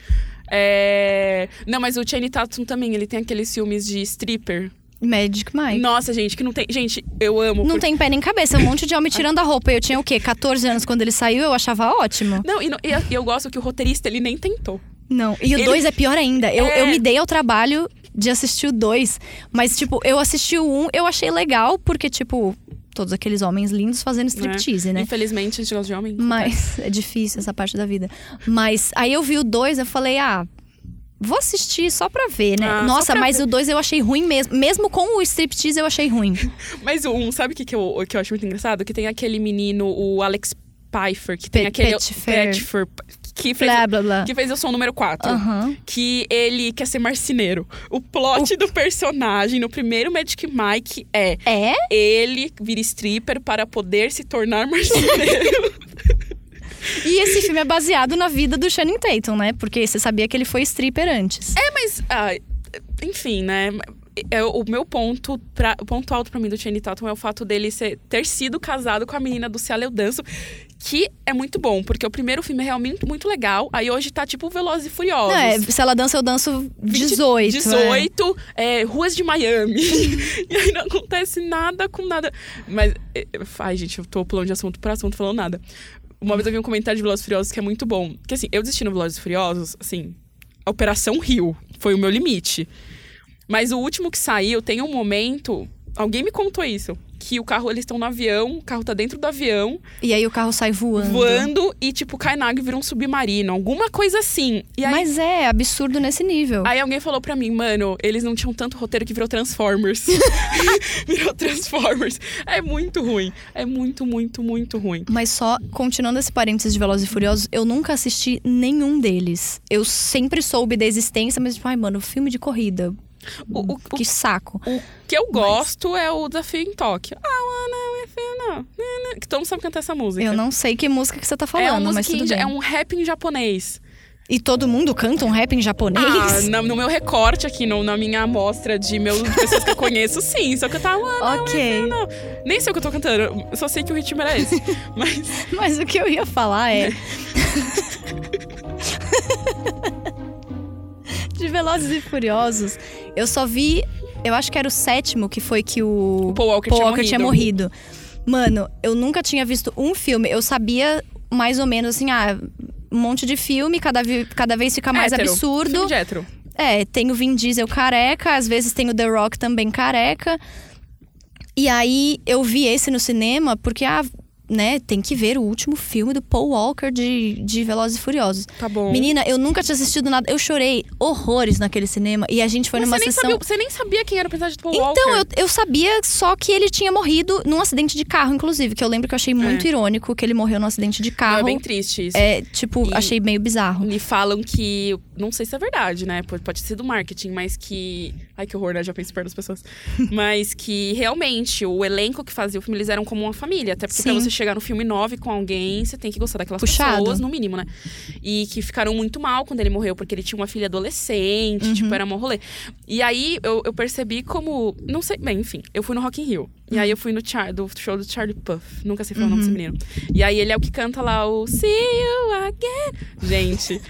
Speaker 1: É... Não, mas o Channing Tatum também, ele tem aqueles filmes de stripper.
Speaker 2: Magic Mike.
Speaker 1: Nossa, gente, que não tem... Gente, eu amo.
Speaker 2: Não
Speaker 1: porque-
Speaker 2: tem pé nem cabeça, é um monte de homem tirando a roupa. Eu tinha o quê? 14 anos quando ele saiu, eu achava ótimo.
Speaker 1: Não, e, no- e eu- e eu gosto que o roteirista, ele nem tentou.
Speaker 2: Não, e o
Speaker 1: Ele-
Speaker 2: 2 é pior ainda. Eu,
Speaker 1: É.
Speaker 2: eu me dei ao trabalho de assistir o 2, mas, tipo, eu assisti o 1, um, eu achei legal, porque, tipo, todos aqueles homens lindos
Speaker 1: É.
Speaker 2: fazendo striptease, né?
Speaker 1: Infelizmente, a gente gosta de homem.
Speaker 2: Mas é difícil essa parte da vida. Mas aí eu vi o 2, eu falei, ah. Vou assistir só pra ver, né?
Speaker 1: Ah, só
Speaker 2: Nossa,
Speaker 1: pra
Speaker 2: mas
Speaker 1: ver.
Speaker 2: o 2 eu achei ruim mesmo. Mesmo com o striptease, eu achei ruim.
Speaker 1: Mas um, sabe o que, que, eu, que eu acho muito engraçado? Que tem aquele menino, o Alex Pfeiffer, que tem
Speaker 2: Pe-
Speaker 1: aquele...
Speaker 2: Petfer.
Speaker 1: Petfer, que fez,
Speaker 2: Blá, blá, blá.
Speaker 1: que fez o som número 4.
Speaker 2: Aham.
Speaker 1: Que ele quer ser marceneiro. O plot do personagem no primeiro Magic Mike é...
Speaker 2: É?
Speaker 1: Ele vira stripper para poder se tornar marceneiro.
Speaker 2: E esse filme é baseado na vida do Channing Tatum, né? Porque você sabia que ele foi stripper antes.
Speaker 1: é, mas... ah, enfim, né... É, o meu ponto, pra- o ponto alto pra mim do Channing Tatum é o fato dele ser- ter sido casado com a menina do Cielo Eu Danço, que é muito bom, porque o primeiro filme é realmente muito legal, aí hoje tá tipo Velozes e
Speaker 2: Não,
Speaker 1: Furiosos.
Speaker 2: é, se ela dança, eu danço 18. 18.
Speaker 1: 18, é, ruas de Miami. e aí não acontece nada com nada. Mas, é, ai, gente, eu tô pulando de assunto pra assunto, falando nada. Uma vez eu vi um comentário de Velozes e Furiosos que é muito bom. Que assim, eu desisti no Velozes e Furiosos, assim, a Operação Rio foi o meu limite. Mas o último que saiu tem um momento. Alguém me contou isso. Que o carro, eles estão no avião, o carro tá dentro do avião,
Speaker 2: E aí o carro sai voando.
Speaker 1: voando, e tipo, cai na água e vira um submarino, alguma coisa assim. E aí
Speaker 2: Mas é absurdo nesse nível.
Speaker 1: Aí alguém falou pra mim, mano, eles não tinham tanto roteiro que virou Transformers. virou Transformers. É muito ruim. É muito, muito, muito ruim.
Speaker 2: Mas só, continuando esse parênteses de Velozes e Furiosos, eu nunca assisti nenhum deles. Eu sempre soube da existência, mas tipo, ai mano, filme de corrida.
Speaker 1: O, o- o-
Speaker 2: Que saco.
Speaker 1: o que eu gosto é o Desafio em Tóquio. Ah, wanna with you now. Que todo mundo sabe cantar essa música.
Speaker 2: Eu não sei que música que você tá
Speaker 1: é, uma
Speaker 2: falando, mas
Speaker 1: musiquinha
Speaker 2: tudo
Speaker 1: de-
Speaker 2: bem.
Speaker 1: é um rap em japonês.
Speaker 2: E todo mundo canta um rap em japonês?
Speaker 1: Ah, na- no, meu recorte aqui, no- na minha amostra de meus, de pessoas que eu conheço, sim. Só que eu tava. "Wanna with
Speaker 2: Ok.
Speaker 1: you now." Nem sei o que eu tô cantando, eu só sei que o ritmo era esse. Mas.
Speaker 2: Mas o que eu ia falar é. De Velozes e Furiosos, eu só vi. Eu acho que era o sétimo que foi que o.
Speaker 1: O Paul Walker tinha
Speaker 2: tinha morrido. Mano, eu nunca tinha visto um filme. Eu sabia mais ou menos assim, ah, um monte de filme, cada, vi- cada vez fica mais
Speaker 1: Hétero. Filme
Speaker 2: absurdo.
Speaker 1: de hétero.
Speaker 2: É, tem o Vin Diesel careca, às vezes tem o The Rock também careca. E aí eu vi esse no cinema porque ah, né, tem que ver o último filme do Paul Walker de, de Velozes e Furiosos.
Speaker 1: Tá bom.
Speaker 2: Menina, eu nunca tinha assistido nada. Eu chorei horrores naquele cinema e a gente foi
Speaker 1: Mas
Speaker 2: numa
Speaker 1: você, nem
Speaker 2: sessão.
Speaker 1: sabia, você nem sabia quem era o personagem do Paul
Speaker 2: Então,
Speaker 1: Walker. é
Speaker 2: eu, eu sabia só que ele tinha morrido num acidente de carro, inclusive, que eu lembro que eu achei muito irônico que ele morreu num acidente de
Speaker 1: É. Não,
Speaker 2: carro.
Speaker 1: é bem triste isso.
Speaker 2: É, tipo,
Speaker 1: E-
Speaker 2: achei meio bizarro.
Speaker 1: Me falam que. Não sei se é verdade, né? Pode, pode ser do marketing, mas que. Ai, que horror, né? Já pensei perto das pessoas. mas que realmente o elenco que fazia o filme, eles eram como uma família. Até porque pra
Speaker 2: Sim.
Speaker 1: você chegar no filme 9 com alguém, você tem que gostar daquelas
Speaker 2: Puxado.
Speaker 1: pessoas, no mínimo, né? E que ficaram muito mal quando ele morreu, porque ele tinha uma filha adolescente,
Speaker 2: Uhum.
Speaker 1: tipo, era mó rolê. E aí eu, eu percebi como. Não sei. Bem, enfim, eu fui no Rock in Rio. E aí eu fui no Char, do show do Charlie Puff. Nunca sei falar o nome desse
Speaker 2: Uhum.
Speaker 1: menino. E aí ele é o que canta lá o See You Again. Gente,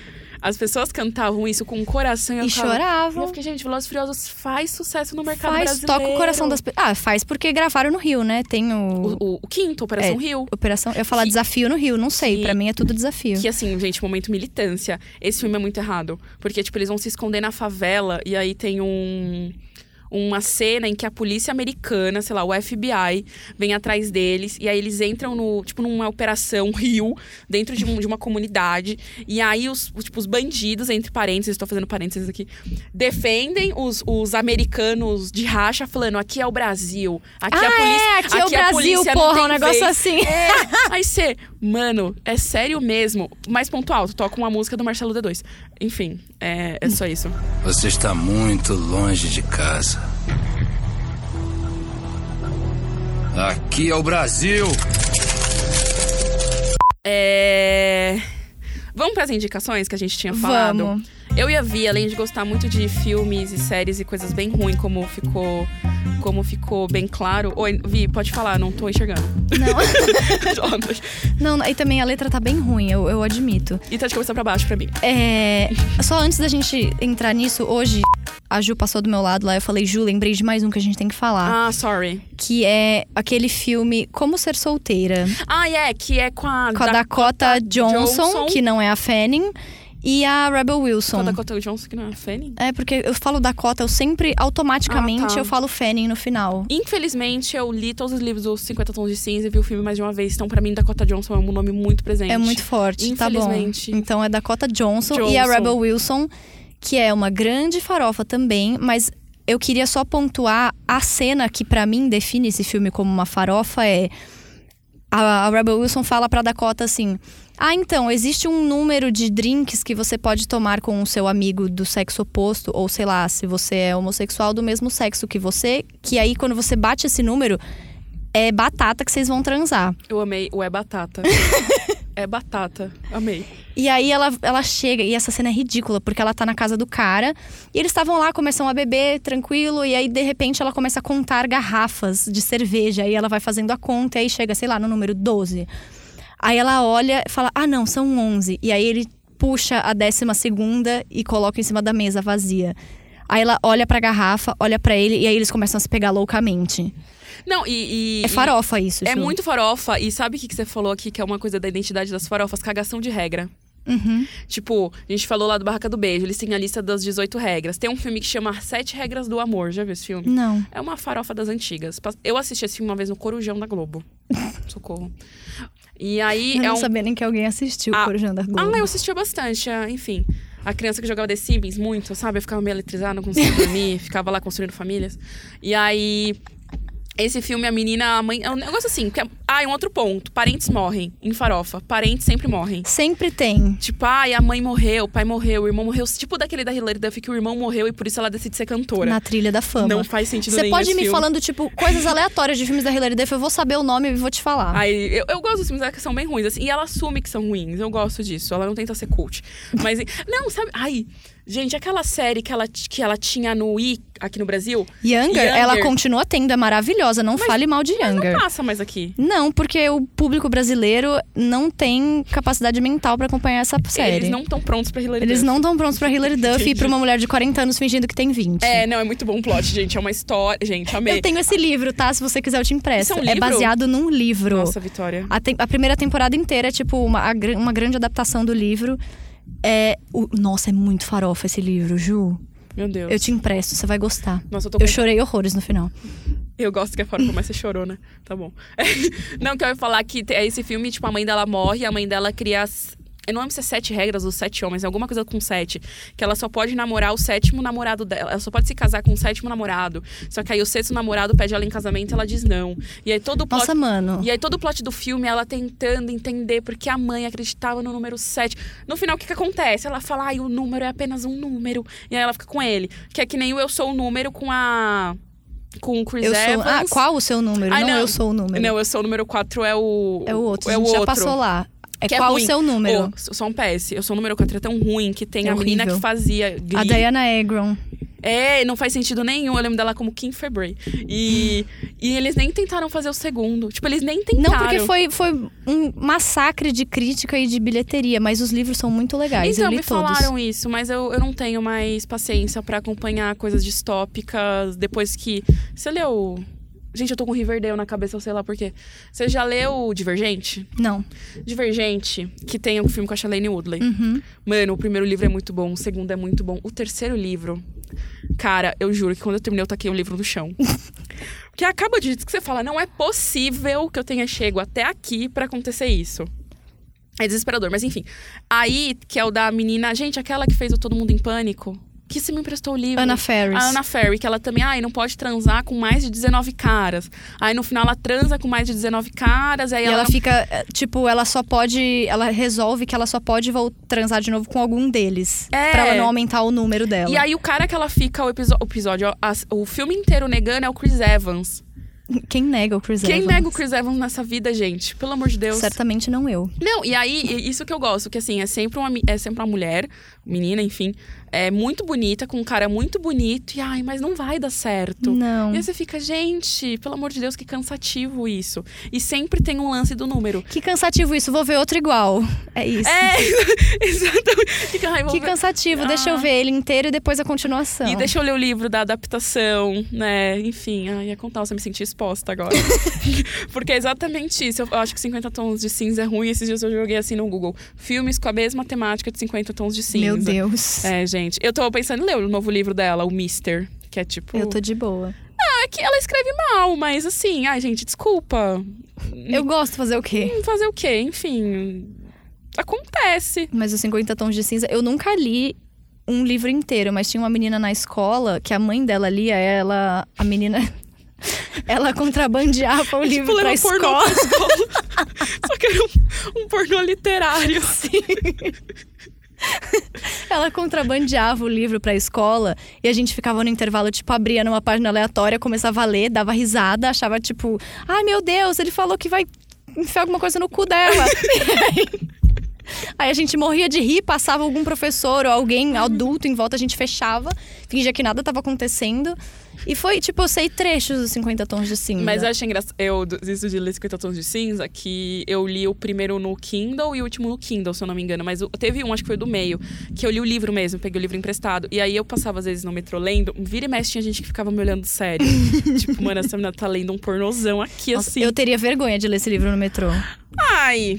Speaker 1: as pessoas cantavam isso com o coração. eu
Speaker 2: E
Speaker 1: ficava- E eu
Speaker 2: choravam.
Speaker 1: fiquei, gente, Velozes e Furiosos faz sucesso no mercado
Speaker 2: Faz,
Speaker 1: brasileiro.
Speaker 2: toca o coração das pessoas. Ah, faz porque gravaram no Rio, né? Tem o.
Speaker 1: O, o- o quinto, Operação
Speaker 2: É.
Speaker 1: Rio.
Speaker 2: Operação. Eu ia falar
Speaker 1: Que-
Speaker 2: desafio no Rio, não sei.
Speaker 1: que-
Speaker 2: Pra mim é tudo desafio.
Speaker 1: Que assim, gente, momento militância. Esse filme é muito errado. Porque, tipo, eles vão se esconder na favela e aí tem um. Uma cena em que a polícia americana, sei lá, o FBI, vem atrás deles. E aí eles entram no, tipo, numa operação Rio, dentro de, um- de uma comunidade. E aí os, os, tipo, os bandidos, entre parênteses, estou fazendo parênteses aqui, defendem os, os americanos de racha, falando: aqui é o Brasil. Aqui
Speaker 2: ah,
Speaker 1: a polícia.
Speaker 2: é, aqui é o
Speaker 1: a
Speaker 2: Brasil,
Speaker 1: polícia não
Speaker 2: porra,
Speaker 1: tem
Speaker 2: um negócio
Speaker 1: vez. É.
Speaker 2: assim.
Speaker 1: Aí você, mano, é sério mesmo. Mais ponto alto, toca uma música do Marcelo D2. Enfim, é, é só isso.
Speaker 4: Você está muito longe de casa. Aqui é o Brasil.
Speaker 1: É. Vamos pras indicações que a gente tinha falado?
Speaker 2: Vamos.
Speaker 1: Eu e a Vi, além de gostar muito de filmes e séries e coisas bem ruins, como ficou. Como ficou bem claro. Oi, Vi, pode falar, não tô enxergando. Não.
Speaker 2: Não, e também a letra tá bem ruim, eu, eu admito.
Speaker 1: e tá de cabeça pra baixo pra mim.
Speaker 2: É, só antes da gente entrar nisso, hoje a Ju passou do meu lado lá, eu falei, Ju, lembrei de mais um que a gente tem que falar.
Speaker 1: Ah, sorry.
Speaker 2: Que é aquele filme Como Ser Solteira,
Speaker 1: Ah, é, que é com a.
Speaker 2: com a Dakota Johnson,
Speaker 1: Johnson.
Speaker 2: que não é a Fanning, e a Rebel
Speaker 1: com a
Speaker 2: Wilson.
Speaker 1: Dakota Johnson, que não é a Fanny?
Speaker 2: É, porque eu falo Dakota, eu sempre, automaticamente,
Speaker 1: Ah, tá.
Speaker 2: eu falo Fanning no final.
Speaker 1: Infelizmente, eu li todos os livros dos 50 Tons de Cinza e vi o filme mais de uma vez. Então, pra mim, Dakota Johnson é um nome muito presente.
Speaker 2: É muito forte, tá bom.
Speaker 1: Infelizmente.
Speaker 2: Então é Dakota Johnson, e a
Speaker 1: Johnson.
Speaker 2: Rebel Wilson, que é uma grande farofa também, mas eu queria só pontuar a cena que pra mim define esse filme como uma farofa é a, a Rebel Wilson fala pra Dakota assim: "Ah, então existe um número de drinks que você pode tomar com o seu amigo do sexo oposto ou sei lá, se você é homossexual do mesmo sexo que você, que aí quando você bate esse número é batata que vocês vão transar".
Speaker 1: Eu amei o É Batata. é Batata. Amei.
Speaker 2: E aí ela, ela chega, e essa cena é ridícula, porque ela tá na casa do cara, e eles estavam lá, começam a beber, tranquilo, e aí de repente ela começa a contar garrafas de cerveja, e ela vai fazendo a conta, e aí chega, sei lá, no número 12. Aí ela olha e fala, ah não, são 11. E aí ele puxa a décima segunda e coloca em cima da mesa vazia. Aí ela olha pra garrafa, olha pra ele, e aí eles começam a se pegar loucamente.
Speaker 1: Não, e. e-
Speaker 2: É farofa isso,
Speaker 1: e- É
Speaker 2: Ju.
Speaker 1: muito farofa. E sabe o que, que você falou aqui, que é uma coisa da identidade das farofas? Cagação de regra.
Speaker 2: Uhum.
Speaker 1: Tipo, a gente falou lá do Barraca do Beijo, eles têm a lista das 18 regras. Tem um filme que chama Sete Regras do Amor. Já viu esse filme?
Speaker 2: Não.
Speaker 1: É uma farofa das antigas. Pas- Eu assisti esse filme uma vez no Corujão da Globo. Socorro. E aí
Speaker 2: Eu
Speaker 1: é
Speaker 2: não
Speaker 1: um
Speaker 2: sabia nem que alguém assistiu
Speaker 1: Ah,
Speaker 2: o Corujão da Globo.
Speaker 1: Ah, eu assistia bastante, ah, enfim. A criança que jogava The Sims muito, sabe? Eu ficava meio eletrizada, não conseguia dormir, ficava lá construindo famílias. E aí. Esse filme, a menina, a mãe. É um negócio assim. Que é- ah, é um outro ponto. Parentes morrem em farofa. Parentes sempre morrem.
Speaker 2: Sempre tem.
Speaker 1: Tipo, ai, a mãe morreu, o pai morreu, o irmão morreu. Tipo daquele da Hilary Duff que o irmão morreu e por isso ela decide ser cantora.
Speaker 2: Na trilha da fama.
Speaker 1: Não faz sentido
Speaker 2: Você
Speaker 1: nenhum
Speaker 2: pode
Speaker 1: esse
Speaker 2: ir me
Speaker 1: filme.
Speaker 2: falando, tipo, coisas aleatórias de filmes da Hilary Duff, eu vou saber o nome e vou te falar.
Speaker 1: Aí, eu, eu gosto dos filmes que são bem ruins, assim. E ela assume que são ruins. Eu gosto disso. Ela não tenta ser cult. Mas. Não, sabe. Ai, gente, aquela série que ela, t- que ela tinha no I aqui no Brasil.
Speaker 2: Younger,
Speaker 1: Younger.
Speaker 2: ela continua tendo, é maravilhosa, não fale mal de
Speaker 1: Não tá.
Speaker 2: Younger.
Speaker 1: passa mais aqui.
Speaker 2: Não, porque o público brasileiro não tem capacidade mental pra acompanhar essa série.
Speaker 1: Eles não estão prontos pra Hillary
Speaker 2: Eles
Speaker 1: Duff.
Speaker 2: não estão prontos pra Hilary Duff e
Speaker 1: Entendi.
Speaker 2: pra uma mulher de 40 anos fingindo que tem 20.
Speaker 1: É, não, é muito bom o plot, gente. É uma história. Gente, amei.
Speaker 2: Eu tenho esse livro, tá? Se você quiser, eu te
Speaker 1: Isso
Speaker 2: empresto.
Speaker 1: é um livro?
Speaker 2: baseado num livro.
Speaker 1: Nossa, Vitória.
Speaker 2: A, tem- a primeira temporada inteira é tipo uma, a gr- uma grande adaptação do livro. É, o- nossa, é muito farofa esse livro, Ju.
Speaker 1: Meu Deus.
Speaker 2: Eu te empresto, você vai gostar.
Speaker 1: Nossa, eu tô
Speaker 2: Eu
Speaker 1: com-
Speaker 2: chorei horrores no final.
Speaker 1: Eu gosto que a Fora começa a chorona. Tá bom. não, que eu ia falar que te- é esse filme, tipo, a mãe dela morre, a mãe dela cria. As... Eu não lembro se é sete regras ou sete homens, é alguma coisa com sete. Que ela só pode namorar o sétimo namorado dela. Ela só pode se casar com o sétimo namorado. Só que aí o sexto namorado pede ela em casamento e ela diz não. E aí todo o plot
Speaker 2: Nossa, mano.
Speaker 1: e aí todo o plot do filme, é ela tentando entender porque a mãe acreditava no número 7. No final, o que, que acontece? Ela fala, ai, o número é apenas um número. E aí ela fica com ele. Que é que nem o Eu Sou o Número com a... Com o Chris
Speaker 2: Eu sou.
Speaker 1: Evans.
Speaker 2: Ah, qual o seu número?
Speaker 1: Ai,
Speaker 2: não,
Speaker 1: não.
Speaker 2: eu sou o número.
Speaker 1: Não, Eu Sou o Número 4 é o...
Speaker 2: é o outro.
Speaker 1: É
Speaker 2: a
Speaker 1: o
Speaker 2: gente
Speaker 1: outro.
Speaker 2: já passou lá. É
Speaker 1: Que é
Speaker 2: qual o
Speaker 1: ruim.
Speaker 2: seu número?
Speaker 1: Ô, só um PS. Eu Sou o Número 4 é tão ruim que tem
Speaker 2: É
Speaker 1: a menina
Speaker 2: horrível.
Speaker 1: que fazia Glee.
Speaker 2: A Diana Egron.
Speaker 1: É, não faz sentido nenhum. Eu lembro dela como Kim February. E, e eles nem tentaram fazer o segundo. Tipo, eles nem tentaram.
Speaker 2: Não, porque foi, foi um massacre de crítica e de bilheteria, mas os livros são muito legais.
Speaker 1: Então,
Speaker 2: eu li
Speaker 1: me
Speaker 2: todos.
Speaker 1: falaram isso, mas eu, eu não tenho mais paciência pra acompanhar coisas distópicas depois que. Você leu. Gente, eu tô com Riverdale na cabeça, eu sei lá por quê. Você já leu Divergente?
Speaker 2: Não.
Speaker 1: Divergente, que tem um filme com a Shailene Woodley.
Speaker 2: Uhum.
Speaker 1: Mano, o primeiro livro é muito bom, o segundo é muito bom. O terceiro livro. Cara, eu juro que quando eu terminei, eu taquei o livro no chão. Porque acaba de que você fala, não é possível que eu tenha chego até aqui pra acontecer isso. É desesperador, mas enfim. Aí, que é o da menina, gente, aquela que fez o Todo Mundo em Pânico, que se me emprestou o livro.
Speaker 2: Ana Ferris.
Speaker 1: A Anna Ferry, que ela também, ai, não pode transar com mais de 19 caras. Aí no final ela transa com mais de 19 caras, aí
Speaker 2: E ela
Speaker 1: não
Speaker 2: fica, eh, tipo, ela só pode. Ela resolve que ela só pode vol- transar de novo com algum deles.
Speaker 1: É.
Speaker 2: Pra ela não aumentar o número dela.
Speaker 1: E aí o cara que ela fica o, episo- o episódio, ó, as- o filme inteiro negando é o Chris Evans.
Speaker 2: Quem nega o Chris
Speaker 1: Quem
Speaker 2: Evans?
Speaker 1: nega o Chris Evans nessa vida, gente? Pelo amor de Deus.
Speaker 2: Certamente não eu.
Speaker 1: Não, e aí, e- isso que eu gosto, que assim, é sempre uma, mi- é sempre uma mulher, menina, enfim, é muito bonita, com um cara muito bonito, e ai, mas não vai dar certo.
Speaker 2: Não.
Speaker 1: E aí você fica, gente, pelo amor de Deus, que cansativo isso. E sempre tem um lance do número.
Speaker 2: Que cansativo isso, vou ver outro igual. É isso.
Speaker 1: É, exatamente. Fica, ai, vou
Speaker 2: Que
Speaker 1: ver-
Speaker 2: cansativo,
Speaker 1: Ah.
Speaker 2: deixa eu ver ele inteiro e depois a continuação.
Speaker 1: E deixa eu ler o livro da adaptação, né? Enfim, ai, ia contar, você me senti exposta agora. Porque é exatamente isso. Eu eu acho que 50 tons de cinza é ruim. Esses dias eu joguei assim no Google. Filmes com a mesma temática de 50 tons de cinza.
Speaker 2: Meu Deus.
Speaker 1: É, gente. Eu tô pensando em ler o novo livro dela, o Mister. Que é tipo.
Speaker 2: Eu tô de boa.
Speaker 1: Ah, é que ela escreve mal, mas assim, ai, gente, desculpa.
Speaker 2: Eu gosto de fazer o quê?
Speaker 1: Hum, Fazer o quê? Enfim. Acontece.
Speaker 2: Mas os 50 Tons de Cinza, eu nunca li um livro inteiro, mas tinha uma menina na escola que a mãe dela lia, ela. A menina. Ela contrabandeava o livro
Speaker 1: tipo,
Speaker 2: pra
Speaker 1: levar pornô
Speaker 2: escola.
Speaker 1: pra escola. Só que era um, um pornô literário.
Speaker 2: Ela contrabandeava o livro pra escola e a gente ficava no intervalo, tipo, abria numa página aleatória, começava a ler, dava risada, achava tipo, ai meu Deus, ele falou que vai enfiar alguma coisa no cu dela. E aí- Aí a gente morria de rir, passava algum professor ou alguém adulto em volta, a gente fechava, fingia que nada tava acontecendo. E foi, tipo, eu sei trechos dos 50 tons de cinza.
Speaker 1: Mas eu achei engraçado. Eu, do- isso de ler 50 Tons de Cinza, que eu li o primeiro no Kindle e o último no Kindle, se eu não me engano. Mas o- teve um, acho que foi do meio, que eu li o livro mesmo, peguei o livro emprestado. E aí eu passava, às vezes, no metrô lendo. Vira e mexe, tinha gente que ficava me olhando sério. tipo, mano, essa menina tá lendo um pornozão aqui,
Speaker 2: Nossa,
Speaker 1: assim.
Speaker 2: eu teria vergonha de ler esse livro no metrô.
Speaker 1: Ai!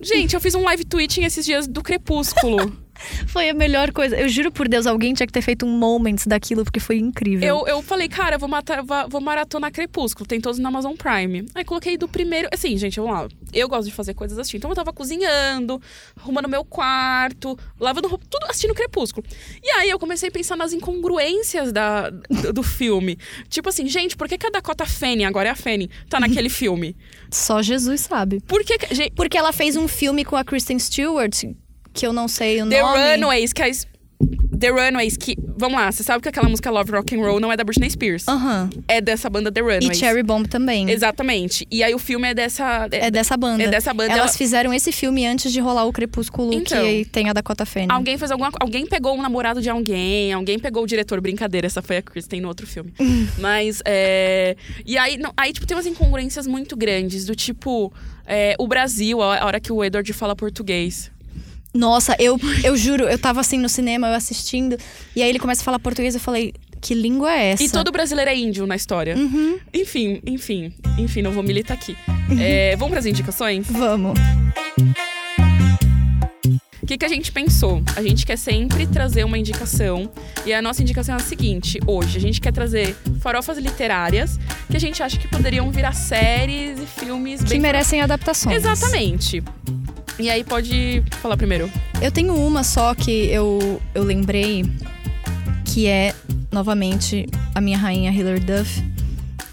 Speaker 1: Gente, eu fiz um live tweeting esses dias do Crepúsculo.
Speaker 2: Foi a melhor coisa. Eu juro por Deus, alguém tinha que ter feito um moments daquilo, porque foi incrível.
Speaker 1: Eu, eu falei, cara, eu vou, matar, va- vou maratonar Crepúsculo. Tem todos na Amazon Prime. Aí coloquei do primeiro. Assim, gente, vamos lá. Eu gosto de fazer coisas assim. Então eu tava cozinhando, arrumando meu quarto, lavando roupa, tudo assistindo Crepúsculo. E aí eu comecei a pensar nas incongruências da, do, do filme. Tipo assim, gente, por que que a Dakota Fanning, agora é a Fanning, tá naquele filme?
Speaker 2: Só Jesus sabe.
Speaker 1: Por que. que gente,
Speaker 2: Porque ela fez um filme com a Kristen Stewart, que eu não sei o
Speaker 1: The
Speaker 2: nome.
Speaker 1: Runaways, que é. es- The Runaways, que. Vamos lá, você sabe que aquela música Love Rock and Roll não é da Britney Spears.
Speaker 2: Aham.
Speaker 1: É dessa banda The
Speaker 2: Ah. E
Speaker 1: Runaways.
Speaker 2: Cherry Bomb também.
Speaker 1: Exatamente. E aí o filme é dessa.
Speaker 2: Uhum. É dessa banda.
Speaker 1: É dessa banda.
Speaker 2: Elas
Speaker 1: Ela-
Speaker 2: fizeram esse filme antes de rolar o Crepúsculo
Speaker 1: Então.
Speaker 2: que tem a Dakota Fanning.
Speaker 1: Alguém fez alguma Alguém pegou um namorado de alguém, alguém pegou o diretor. Brincadeira, essa foi a Kristen no outro filme. Mas é. E aí, não- aí, tipo, tem umas incongruências muito grandes, do tipo, é, o Brasil, a a hora que o Edward fala português.
Speaker 2: Nossa, eu, eu juro, eu tava assim no cinema, eu assistindo, e aí ele começa a falar português, eu falei, que língua é essa?
Speaker 1: E todo brasileiro é índio na história. Enfim, enfim, enfim, não vou militar aqui. É, vamos para as indicações?
Speaker 2: Vamos.
Speaker 1: que, que a gente pensou? A gente quer sempre trazer uma indicação. E a nossa indicação é a seguinte: hoje, a gente quer trazer farofas literárias que a gente acha que poderiam virar séries e filmes
Speaker 2: Que
Speaker 1: bem.
Speaker 2: merecem adaptações.
Speaker 1: Exatamente. E aí pode falar primeiro.
Speaker 2: Eu tenho uma só que eu, eu lembrei, que é, novamente, a minha rainha Hilary Duff.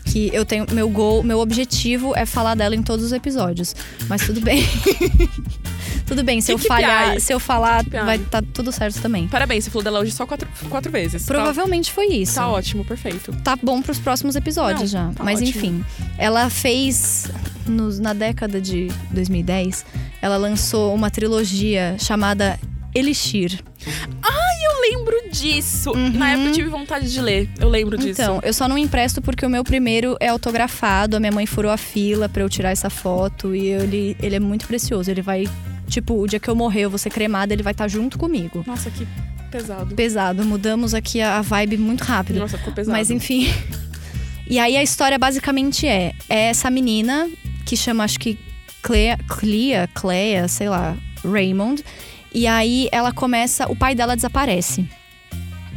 Speaker 2: Que eu tenho. Meu gol, meu objetivo é falar dela em todos os episódios. Mas tudo bem. tudo bem, se eu
Speaker 1: TTPI.
Speaker 2: falhar, se eu falar,
Speaker 1: TTPI.
Speaker 2: vai estar tudo certo também.
Speaker 1: Parabéns, você falou dela hoje só quatro, quatro vezes.
Speaker 2: Provavelmente foi
Speaker 1: Tá,
Speaker 2: isso.
Speaker 1: tá ótimo, perfeito.
Speaker 2: tá bom pros próximos episódios
Speaker 1: Não,
Speaker 2: já.
Speaker 1: tá
Speaker 2: Mas
Speaker 1: ótimo.
Speaker 2: enfim, ela fez nos- na década de 2010, ela lançou uma trilogia chamada Elixir.
Speaker 1: Eu lembro disso. Na época eu tive vontade de ler. Eu lembro disso.
Speaker 2: Então, eu só não empresto porque o meu primeiro é autografado, a minha mãe furou a fila pra eu tirar essa foto e ele, ele é muito precioso. Ele vai, tipo, o dia que eu morrer, eu vou ser cremada, ele vai estar junto comigo.
Speaker 1: Nossa, que pesado.
Speaker 2: Pesado, mudamos aqui a a vibe muito rápido.
Speaker 1: Nossa, ficou pesado.
Speaker 2: Mas enfim. E aí a história basicamente é, é essa menina que chama, acho que Clea, Clea, Clea, sei lá, Raymond. E aí ela começa, o pai dela desaparece.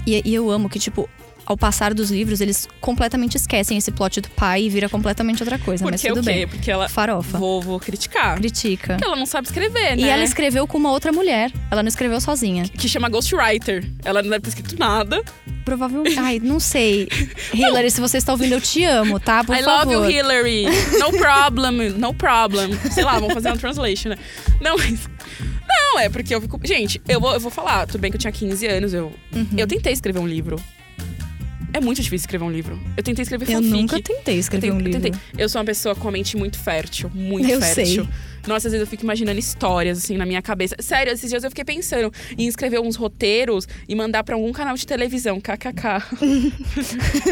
Speaker 2: E, e eu amo que, tipo, ao passar dos livros, eles completamente esquecem esse plot do pai e vira completamente outra coisa. mas
Speaker 1: Porque
Speaker 2: tudo
Speaker 1: o quê?
Speaker 2: bem.
Speaker 1: Porque ela.
Speaker 2: Farofa.
Speaker 1: Vou, vou criticar.
Speaker 2: Critica.
Speaker 1: Porque ela não sabe escrever, né?
Speaker 2: E ela escreveu com uma outra mulher. Ela não escreveu sozinha.
Speaker 1: Que chama Ghostwriter. Ela não deve ter escrito nada.
Speaker 2: Provavelmente. Ai, não sei. Hillary, se você está ouvindo, eu te amo, tá? Por
Speaker 1: I
Speaker 2: favor.
Speaker 1: love you, Hillary. No problem, no problem. Sei lá, vamos fazer uma translation, né? Não, mas. Não, é porque eu fico. Gente, eu vou, eu vou falar. Tudo bem que eu tinha 15 anos, eu.
Speaker 2: Uhum.
Speaker 1: Eu tentei escrever um livro. É muito difícil escrever um livro. Eu tentei escrever
Speaker 2: Eu
Speaker 1: fanfic.
Speaker 2: nunca tentei escrever
Speaker 1: Eu
Speaker 2: um
Speaker 1: tenho-
Speaker 2: livro.
Speaker 1: tentei. Eu sou uma pessoa com a mente muito fértil, muito
Speaker 2: Eu
Speaker 1: fértil.
Speaker 2: sei.
Speaker 1: Nossa, às vezes eu fico imaginando histórias, assim, na minha cabeça. Sério, esses dias eu fiquei pensando em escrever uns roteiros e mandar pra algum canal de televisão, kkk.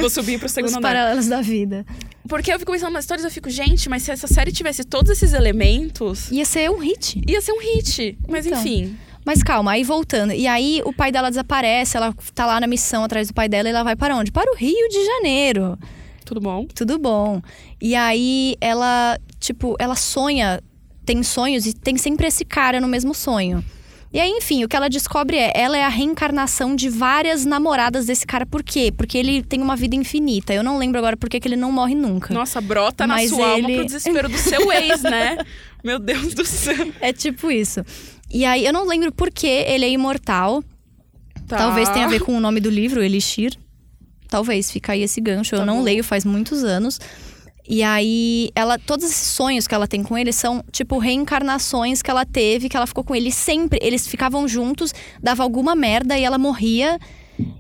Speaker 1: Vou subir pro
Speaker 2: Os
Speaker 1: segundo andar.
Speaker 2: paralelos da vida.
Speaker 1: Porque eu fico pensando nas histórias, eu fico, gente, mas se essa série tivesse todos esses elementos,
Speaker 2: Ia ser um hit.
Speaker 1: ia ser um hit. Mas
Speaker 2: Então.
Speaker 1: enfim.
Speaker 2: Mas calma, aí voltando. E aí o pai dela desaparece, ela tá lá na missão atrás do pai dela e ela vai para onde? Para o Rio de Janeiro.
Speaker 1: Tudo bom?
Speaker 2: Tudo bom. E aí ela, tipo, ela sonha, tem sonhos e tem sempre esse cara no mesmo sonho. E aí, enfim, o que ela descobre é, ela é a reencarnação de várias namoradas desse cara. Por quê? Porque ele tem uma vida infinita. Eu não lembro agora por que que ele não morre nunca.
Speaker 1: Nossa, brota
Speaker 2: Mas
Speaker 1: na sua alma
Speaker 2: ele-
Speaker 1: pro desespero do seu ex, né? Meu Deus do céu.
Speaker 2: É tipo isso. E aí, eu não lembro por que ele é imortal.
Speaker 1: Tá.
Speaker 2: Talvez tenha a ver com o nome do livro, Elixir. Talvez, fica aí esse gancho. Eu
Speaker 1: Tá
Speaker 2: não
Speaker 1: bom.
Speaker 2: leio faz muitos anos. E aí, ela, todos esses sonhos que ela tem com ele são, tipo, reencarnações que ela teve, que ela ficou com ele sempre. Eles ficavam juntos, dava alguma merda e ela morria.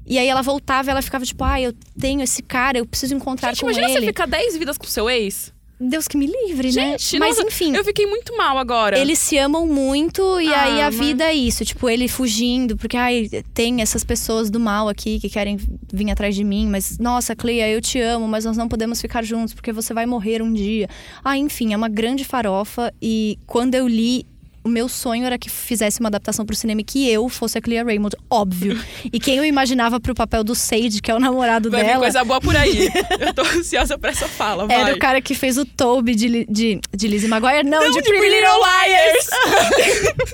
Speaker 2: E aí ela voltava e ela ficava tipo, ah, eu tenho esse cara, eu preciso encontrar
Speaker 1: Gente,
Speaker 2: com
Speaker 1: imagina
Speaker 2: ele.
Speaker 1: você ficar 10 vidas com seu ex.
Speaker 2: Deus que me livre,
Speaker 1: Gente,
Speaker 2: né? Mas
Speaker 1: nossa,
Speaker 2: enfim.
Speaker 1: Eu fiquei muito mal agora.
Speaker 2: Eles se amam muito e
Speaker 1: Ah,
Speaker 2: aí a
Speaker 1: mas-
Speaker 2: vida é isso. Tipo, ele fugindo, porque ai, tem essas pessoas do mal aqui que querem vir atrás de mim, mas nossa, Cleia, eu te amo, mas nós não podemos ficar juntos porque você vai morrer um dia. Ah, enfim, é uma grande farofa e quando eu li. O meu sonho era que fizesse uma adaptação pro cinema e que eu fosse a Clea Raymond, óbvio. e quem eu imaginava pro papel do Sage, que é o namorado
Speaker 1: Vai vir
Speaker 2: dela,
Speaker 1: coisa boa por aí. eu tô ansiosa pra essa fala, vai.
Speaker 2: era o cara que fez o Toby de, Li- de, de Lizzie Maguire. Não,
Speaker 1: Não,
Speaker 2: de,
Speaker 1: de
Speaker 2: Pretty
Speaker 1: Pretty
Speaker 2: Little
Speaker 1: Little Liars!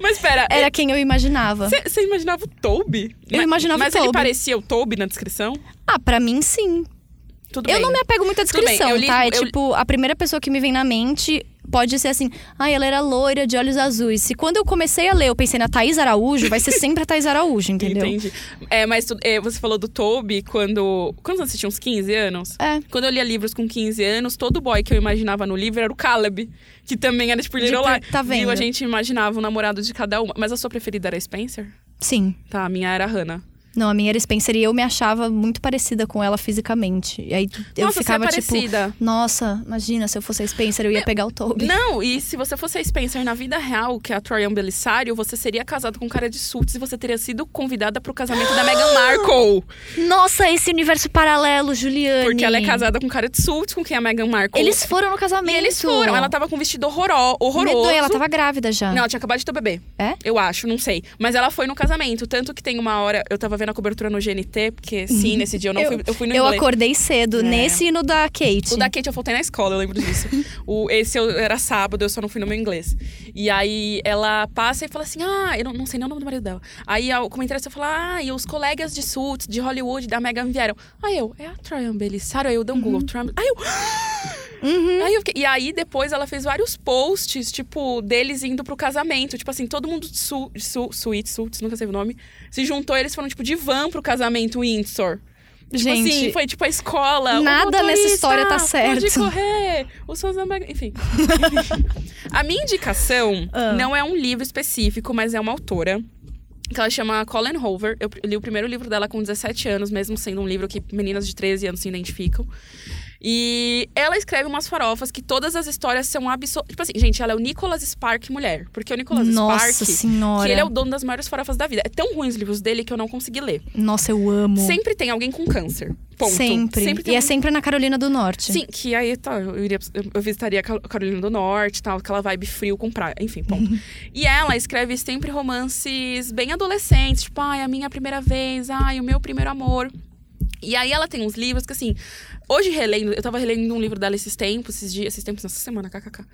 Speaker 1: Mas pera,
Speaker 2: Era quem eu imaginava.
Speaker 1: você imaginava o Toby?
Speaker 2: Eu
Speaker 1: Ma-
Speaker 2: imaginava o
Speaker 1: Mas ele
Speaker 2: Toby.
Speaker 1: parecia o Toby na descrição?
Speaker 2: Ah, pra mim sim.
Speaker 1: Tudo bem.
Speaker 2: Eu
Speaker 1: né?
Speaker 2: não me apego muito à
Speaker 1: Tudo bem,
Speaker 2: descrição,
Speaker 1: eu li-
Speaker 2: tá? É
Speaker 1: eu-
Speaker 2: tipo, a primeira pessoa que me vem na mente pode ser assim: ah, ela era loira, de olhos azuis. Se quando eu comecei a ler, eu pensei na Thaís Araújo, vai ser sempre a Thaís Araújo, entendeu?
Speaker 1: Entendi. É, mas tu- é, você falou do Toby quando. Quando você tinha uns 15 anos?
Speaker 2: É.
Speaker 1: Quando eu lia livros com 15 anos, todo boy que eu imaginava no livro era o Caleb, que também era tipo
Speaker 2: De
Speaker 1: Little
Speaker 2: pre-
Speaker 1: Liars.
Speaker 2: tá vendo?
Speaker 1: E a gente imaginava o namorado de cada uma. Mas a sua preferida era a Spencer?
Speaker 2: Sim.
Speaker 1: Tá, a minha era a Hannah.
Speaker 2: Não, a minha era Spencer e eu me achava muito parecida com ela fisicamente. E aí eu
Speaker 1: Nossa,
Speaker 2: ficava
Speaker 1: você é
Speaker 2: tipo.
Speaker 1: parecida.
Speaker 2: Nossa, imagina, se eu fosse a Spencer, eu ia pegar o Toby.
Speaker 1: Não, e se você fosse a Spencer na vida real, que é a Troyan Belisário, você seria casado com um cara de Suits e você teria sido convidada pro casamento da Meghan Markle.
Speaker 2: Nossa, esse universo paralelo, Juliane.
Speaker 1: Porque ela é casada com um cara de Suits, com quem a Meghan Markle.
Speaker 2: Eles foram no
Speaker 1: e
Speaker 2: casamento.
Speaker 1: eles foram. Ela tava com um vestido horror, horroroso.
Speaker 2: Medonha, ela tava grávida já.
Speaker 1: Não, ela tinha acabado de ter o bebê.
Speaker 2: É?
Speaker 1: Eu acho, não sei. Mas ela foi no casamento. Tanto que tem uma hora. Eu tava vendo vendo a cobertura no GNT, porque sim, nesse dia eu não
Speaker 2: Eu-
Speaker 1: fui. Eu fui no
Speaker 2: Eu
Speaker 1: inglês.
Speaker 2: acordei cedo,
Speaker 1: É.
Speaker 2: nesse e no da Kate.
Speaker 1: O da Kate eu faltei na escola, eu lembro disso. o, esse eu, era sábado, eu só não fui no meu inglês. E aí ela passa e fala assim: Ah, eu não, não sei nem o nome do marido dela. Aí a- o comentarista fala: Ah, e os colegas de Suits, de Hollywood, da Megan vieram. Aí eu, é a Triumph Belisário? Aí eu dei um
Speaker 2: Uhum.
Speaker 1: Google Trump. Aí eu. Aí eu fiquei- e aí depois ela fez vários posts, tipo, deles indo pro casamento. Tipo assim, todo mundo de su, su, suíte, suits, nunca sei o nome, se juntou eles foram, tipo, de van pro casamento Windsor. Tipo
Speaker 2: Gente,
Speaker 1: assim, foi tipo a escola. o
Speaker 2: nada nessa
Speaker 1: motorista,
Speaker 2: história tá
Speaker 1: Pode
Speaker 2: certo.
Speaker 1: correr. O Sozambaga. Enfim. a minha indicação
Speaker 2: Ah.
Speaker 1: não é um livro específico, mas é uma autora. Que ela chama Colin Hoover. Eu li o primeiro livro dela com 17 anos, mesmo sendo um livro que meninas de 13 anos se identificam. E ela escreve umas farofas que todas as histórias são absolutamente. Tipo assim, gente, ela é o Nicholas Spark mulher. Porque o Nicholas
Speaker 2: Nossa
Speaker 1: Spark,
Speaker 2: senhora.
Speaker 1: que ele é o dono das maiores farofas da vida. É tão ruim os livros dele que eu não consegui ler.
Speaker 2: Nossa, eu amo.
Speaker 1: Sempre tem alguém com câncer. Ponto.
Speaker 2: Sempre.
Speaker 1: tem
Speaker 2: E é
Speaker 1: alguém-
Speaker 2: sempre na Carolina do Norte.
Speaker 1: Sim, que aí tá, eu, iria, eu visitaria Cal- Carolina do Norte, tal, aquela vibe frio com praia, enfim, ponto. e ela escreve sempre romances bem adolescentes, tipo, ai, a minha primeira vez, ai, o meu primeiro amor. E aí ela tem uns livros que, assim, hoje relendo, eu tava relendo um livro dela esses tempos, esses dias, esses tempos, nessa semana, kkk.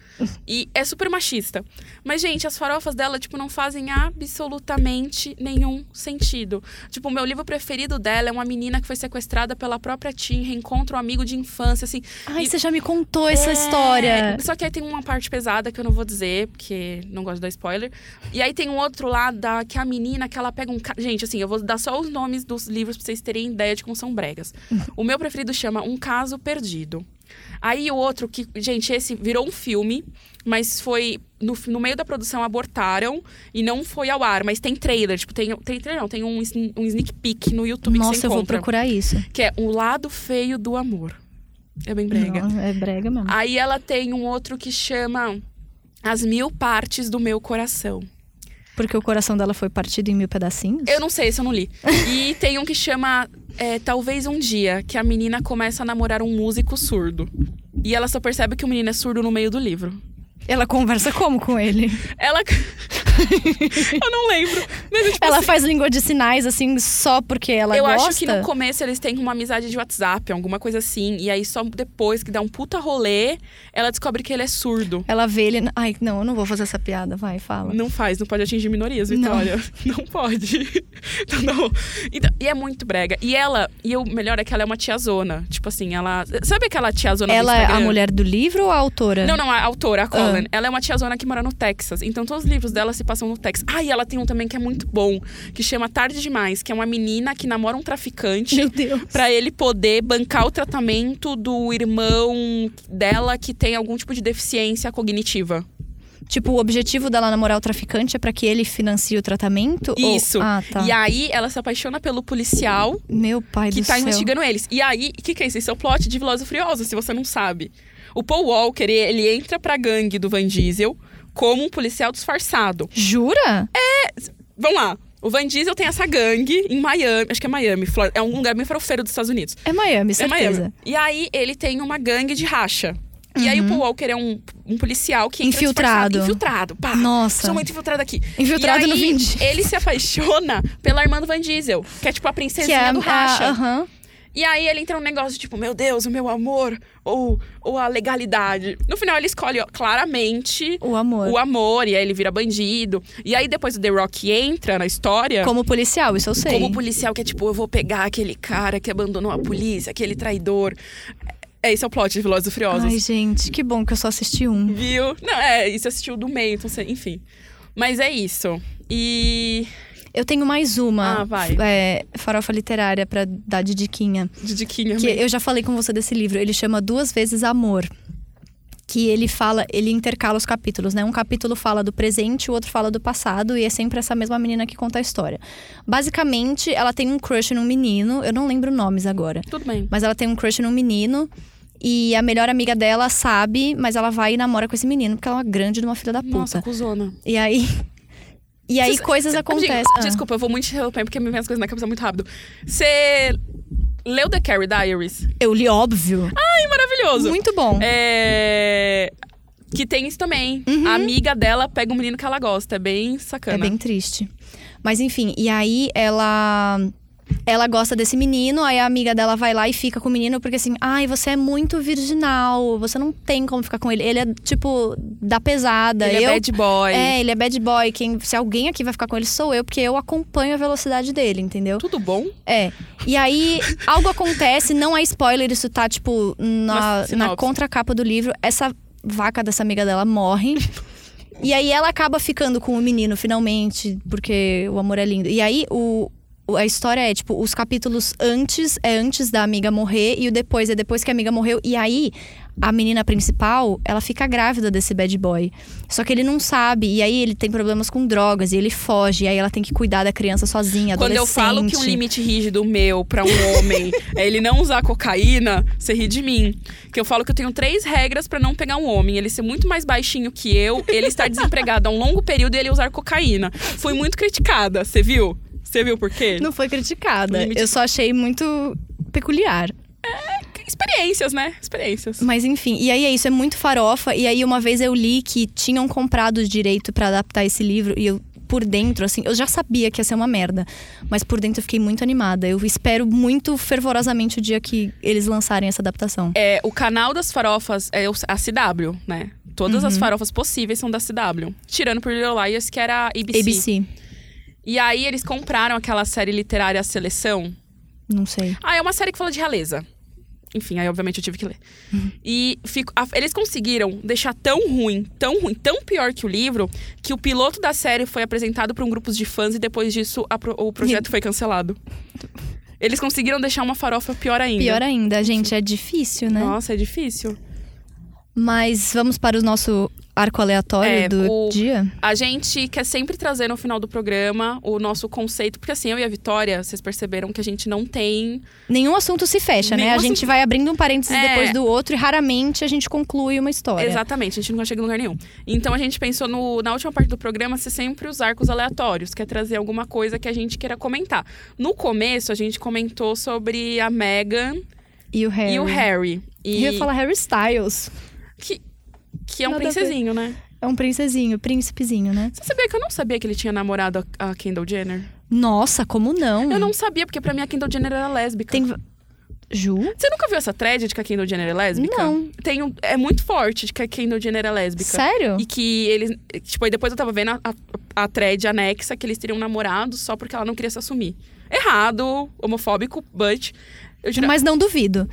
Speaker 1: E é super machista. Mas, gente, as farofas dela, tipo, não fazem absolutamente nenhum sentido. Tipo, o meu livro preferido dela é uma menina que foi sequestrada pela própria tia, reencontra um amigo de infância, assim.
Speaker 2: Ai,
Speaker 1: E-
Speaker 2: você já me contou essa
Speaker 1: É,
Speaker 2: história.
Speaker 1: Só que aí tem uma parte pesada que eu não vou dizer, porque não gosto de dar spoiler. E aí tem um outro lado da, que a menina que ela pega um. ca- Gente, assim, eu vou dar só os nomes dos livros pra vocês terem ideia de como são bregas. o meu preferido chama Um Caso Perdido. Aí o outro que, gente, esse virou um filme, mas foi no, no meio da produção abortaram e não foi ao ar, mas tem trailer, tipo, tem, tem trailer não, tem um, sn- um sneak peek no YouTube que
Speaker 2: Nossa,
Speaker 1: você
Speaker 2: eu vou
Speaker 1: encontra,
Speaker 2: procurar isso.
Speaker 1: que é O Lado Feio do Amor. É bem brega. Ah.
Speaker 2: Não, é brega mesmo.
Speaker 1: Aí ela tem um outro que chama As Mil Partes do Meu Coração.
Speaker 2: Porque o coração dela foi partido em mil pedacinhos.
Speaker 1: Eu não sei, esse eu não li. E tem um que chama é, Talvez um Dia, que a menina começa a namorar um músico surdo. E ela só percebe que o menino é surdo no meio do livro.
Speaker 2: Ela conversa como com ele?
Speaker 1: Ela. eu não lembro. Mas, é tipo,
Speaker 2: Ela faz língua de sinais, assim, só porque ela
Speaker 1: eu
Speaker 2: gosta?
Speaker 1: acho que no começo eles têm uma amizade de WhatsApp, alguma coisa assim. E aí só depois que dá um puta rolê, ela descobre que ele é surdo.
Speaker 2: Ela vê ele... Ai, não, eu não vou fazer essa piada. Vai, fala.
Speaker 1: Não faz, não pode atingir minorias, Vitória. Não, pode. Então, não. Então, e é muito brega. E ela, e o melhor é que ela é uma tiazona. Tipo assim, ela. Sabe aquela tiazona
Speaker 2: Ela
Speaker 1: do
Speaker 2: é a
Speaker 1: Instagram?
Speaker 2: mulher Ah. do livro ou a autora?
Speaker 1: Não, não, a autora, a Colin. Ela é uma tiazona que mora no Texas. Então todos os livros dela se passam no Texas. Ah, e ela tem um também que é muito bom, que chama Tarde Demais, que é uma menina que namora um traficante.
Speaker 2: Meu Deus.
Speaker 1: Pra ele poder bancar o tratamento do irmão dela que tem algum tipo de deficiência cognitiva.
Speaker 2: Tipo, o objetivo dela namorar o traficante é pra que ele financie o tratamento? Ou-
Speaker 1: Isso.
Speaker 2: Ah, tá.
Speaker 1: E aí ela se apaixona pelo policial
Speaker 2: Meu pai
Speaker 1: que
Speaker 2: É do
Speaker 1: tá
Speaker 2: céu.
Speaker 1: investigando eles. E aí, o que, que é isso? Esse é o plot de Veloz e Furiosa, se você não sabe. O Paul Walker, ele- ele entra pra gangue do Van Diesel como um policial disfarçado.
Speaker 2: Jura?
Speaker 1: É. Vamos lá. O Van Diesel tem essa gangue em Miami, acho que é Miami, Flor- é um lugar bem farofeiro dos Estados Unidos.
Speaker 2: É, Miami,
Speaker 1: É
Speaker 2: certeza.
Speaker 1: Miami. E aí ele tem uma gangue de racha. E aí o Paul Walker é um, um policial que entra
Speaker 2: Uhum. Infiltrado.
Speaker 1: disfarçado. Infiltrado, pá.
Speaker 2: Nossa.
Speaker 1: Sou muito infiltrado aqui.
Speaker 2: Infiltrado
Speaker 1: e aí,
Speaker 2: no Vin Diesel.
Speaker 1: Ele se apaixona pela irmã do Van Diesel, que é tipo a princesinha do racha.
Speaker 2: a- aham.
Speaker 1: E aí ele entra num negócio tipo, meu Deus, o meu amor, ou, ou a legalidade. No final ele escolhe ó, claramente
Speaker 2: o amor.
Speaker 1: o amor, e aí ele vira bandido. E aí depois o The Rock entra na história.
Speaker 2: Como policial, isso eu sei.
Speaker 1: Como policial, que é tipo, eu vou pegar aquele cara que abandonou a polícia, aquele traidor. É, esse é o plot de Velozes e Furiosos.
Speaker 2: Ai, gente, que bom que eu só assisti um.
Speaker 1: Viu? Não, é, e você assistiu do meio, então você, enfim. Mas é isso. E.
Speaker 2: Eu tenho mais uma.
Speaker 1: Ah, vai.
Speaker 2: é, farofa literária pra dar de diquinha.
Speaker 1: De diquinha.
Speaker 2: Que
Speaker 1: mesmo.
Speaker 2: eu já falei com você desse livro. Ele chama Duas Vezes Amor. Que ele fala, ele intercala os capítulos, né? Um capítulo fala do presente, o outro fala do passado, e é sempre essa mesma menina que conta a história. Basicamente, ela tem um crush num menino, eu não lembro nomes agora.
Speaker 1: Tudo bem.
Speaker 2: Mas ela tem um crush num menino. E a melhor amiga dela sabe, mas ela vai e namora com esse menino, porque ela é uma grande de uma filha da puta.
Speaker 1: Nossa, cuzona.
Speaker 2: E aí. E aí coisas acontecem.
Speaker 1: Digo,
Speaker 2: Ah,
Speaker 1: Desculpa, eu vou muito te interromper porque me vem as coisas na cabeça muito rápido. Você leu The Carrie Diaries?
Speaker 2: eu li, óbvio.
Speaker 1: Ai, maravilhoso!
Speaker 2: Muito bom.
Speaker 1: É. Que tem isso também. A amiga dela pega um menino que ela gosta. É bem
Speaker 2: Uhum. É
Speaker 1: sacana.
Speaker 2: bem triste. Mas enfim, e aí ela ela gosta desse menino, aí a amiga dela vai lá e fica com o menino, porque assim, ai, você é muito virginal, você não tem como ficar com ele. Ele é, tipo, da pesada.
Speaker 1: Ele
Speaker 2: eu,
Speaker 1: é bad boy.
Speaker 2: É, ele é bad boy. Quem, se alguém aqui vai ficar com ele, sou eu, porque eu acompanho a velocidade dele, entendeu?
Speaker 1: Tudo bom?
Speaker 2: É. E aí, algo acontece, não é spoiler, isso tá, tipo,
Speaker 1: Na
Speaker 2: na,
Speaker 1: sinopse.
Speaker 2: na contracapa do livro. Essa vaca dessa amiga dela morre. E aí ela acaba ficando com o menino, finalmente, porque o amor é lindo. E aí o. o- A história é, tipo, os capítulos antes é antes da amiga morrer e o depois é depois que a amiga morreu. E aí, a menina principal, ela fica grávida desse bad boy. Só que ele não sabe. E aí ele tem problemas com drogas e ele foge. E aí ela tem que cuidar da criança sozinha,
Speaker 1: Quando eu falo que um
Speaker 2: adolescente.
Speaker 1: limite rígido meu pra um homem é ele não usar cocaína, você ri de mim. Que eu falo que eu tenho três regras pra não pegar um homem: ele ser muito mais baixinho que eu, ele estar desempregado há um longo período e ele usar cocaína. Fui muito criticada, você viu? Você viu por quê?
Speaker 2: Não foi criticada.
Speaker 1: Limite-
Speaker 2: Eu só achei muito peculiar.
Speaker 1: Experiências, né? Experiências.
Speaker 2: Mas enfim, e aí é isso, é muito farofa. E aí uma vez eu li que tinham comprado o direito pra adaptar esse livro e eu por dentro, assim, eu já sabia que ia ser uma merda, mas por dentro eu fiquei muito animada. Eu espero muito fervorosamente o dia que eles lançarem essa adaptação.
Speaker 1: É, o canal das farofas é o- a CW, né? Todas as farofas possíveis são da CW. Tirando por Little Liars, que era a ABC.
Speaker 2: ABC,
Speaker 1: E aí eles compraram aquela série literária A Seleção.
Speaker 2: não sei.
Speaker 1: Ah, é uma série que fala de realeza. Enfim, aí obviamente eu tive que ler. E fico- a- eles conseguiram deixar tão ruim, tão ruim, tão pior que o livro, que o piloto da série foi apresentado para um grupo de fãs e depois disso a pro- o projeto foi cancelado. Eles conseguiram deixar uma farofa pior ainda.
Speaker 2: Pior ainda, gente, é difícil, né?
Speaker 1: Nossa, é difícil.
Speaker 2: Mas vamos para o nosso arco aleatório
Speaker 1: É,
Speaker 2: do
Speaker 1: o-
Speaker 2: dia?
Speaker 1: A gente quer sempre trazer no final do programa o nosso conceito, porque assim, eu e a Vitória, vocês perceberam que a gente não tem.
Speaker 2: Nenhum assunto se fecha, né?
Speaker 1: Nenhum
Speaker 2: A gente vai abrindo um parênteses
Speaker 1: É.
Speaker 2: depois do outro e raramente a gente conclui uma história.
Speaker 1: Exatamente, a gente não chega em lugar nenhum. Então a gente pensou no- na última parte do programa ser sempre os arcos aleatórios, que é trazer alguma coisa que a gente queira comentar. No começo, a gente comentou sobre a Megan
Speaker 2: E o Harry.
Speaker 1: e o Harry. E
Speaker 2: E É. eu ia falar Harry Styles.
Speaker 1: que, que é um
Speaker 2: Nada a ver.
Speaker 1: princesinho, né?
Speaker 2: É um princesinho, príncipezinho, né?
Speaker 1: Você sabia que eu não sabia que ele tinha namorado a, a Kendall Jenner?
Speaker 2: Nossa, como não?
Speaker 1: Eu não sabia, porque pra mim a Kendall Jenner era lésbica.
Speaker 2: Hum. Tem. Ju?
Speaker 1: Você nunca viu essa thread de que a Kendall Jenner é lésbica?
Speaker 2: Não.
Speaker 1: Tem um- é muito forte de que a Kendall Jenner é lésbica.
Speaker 2: Sério?
Speaker 1: E que eles. Tipo, aí depois eu tava vendo a, a, a thread anexa que eles teriam namorado só porque ela não queria se assumir. Errado, homofóbico, but. Eu juro.
Speaker 2: Mas não duvido.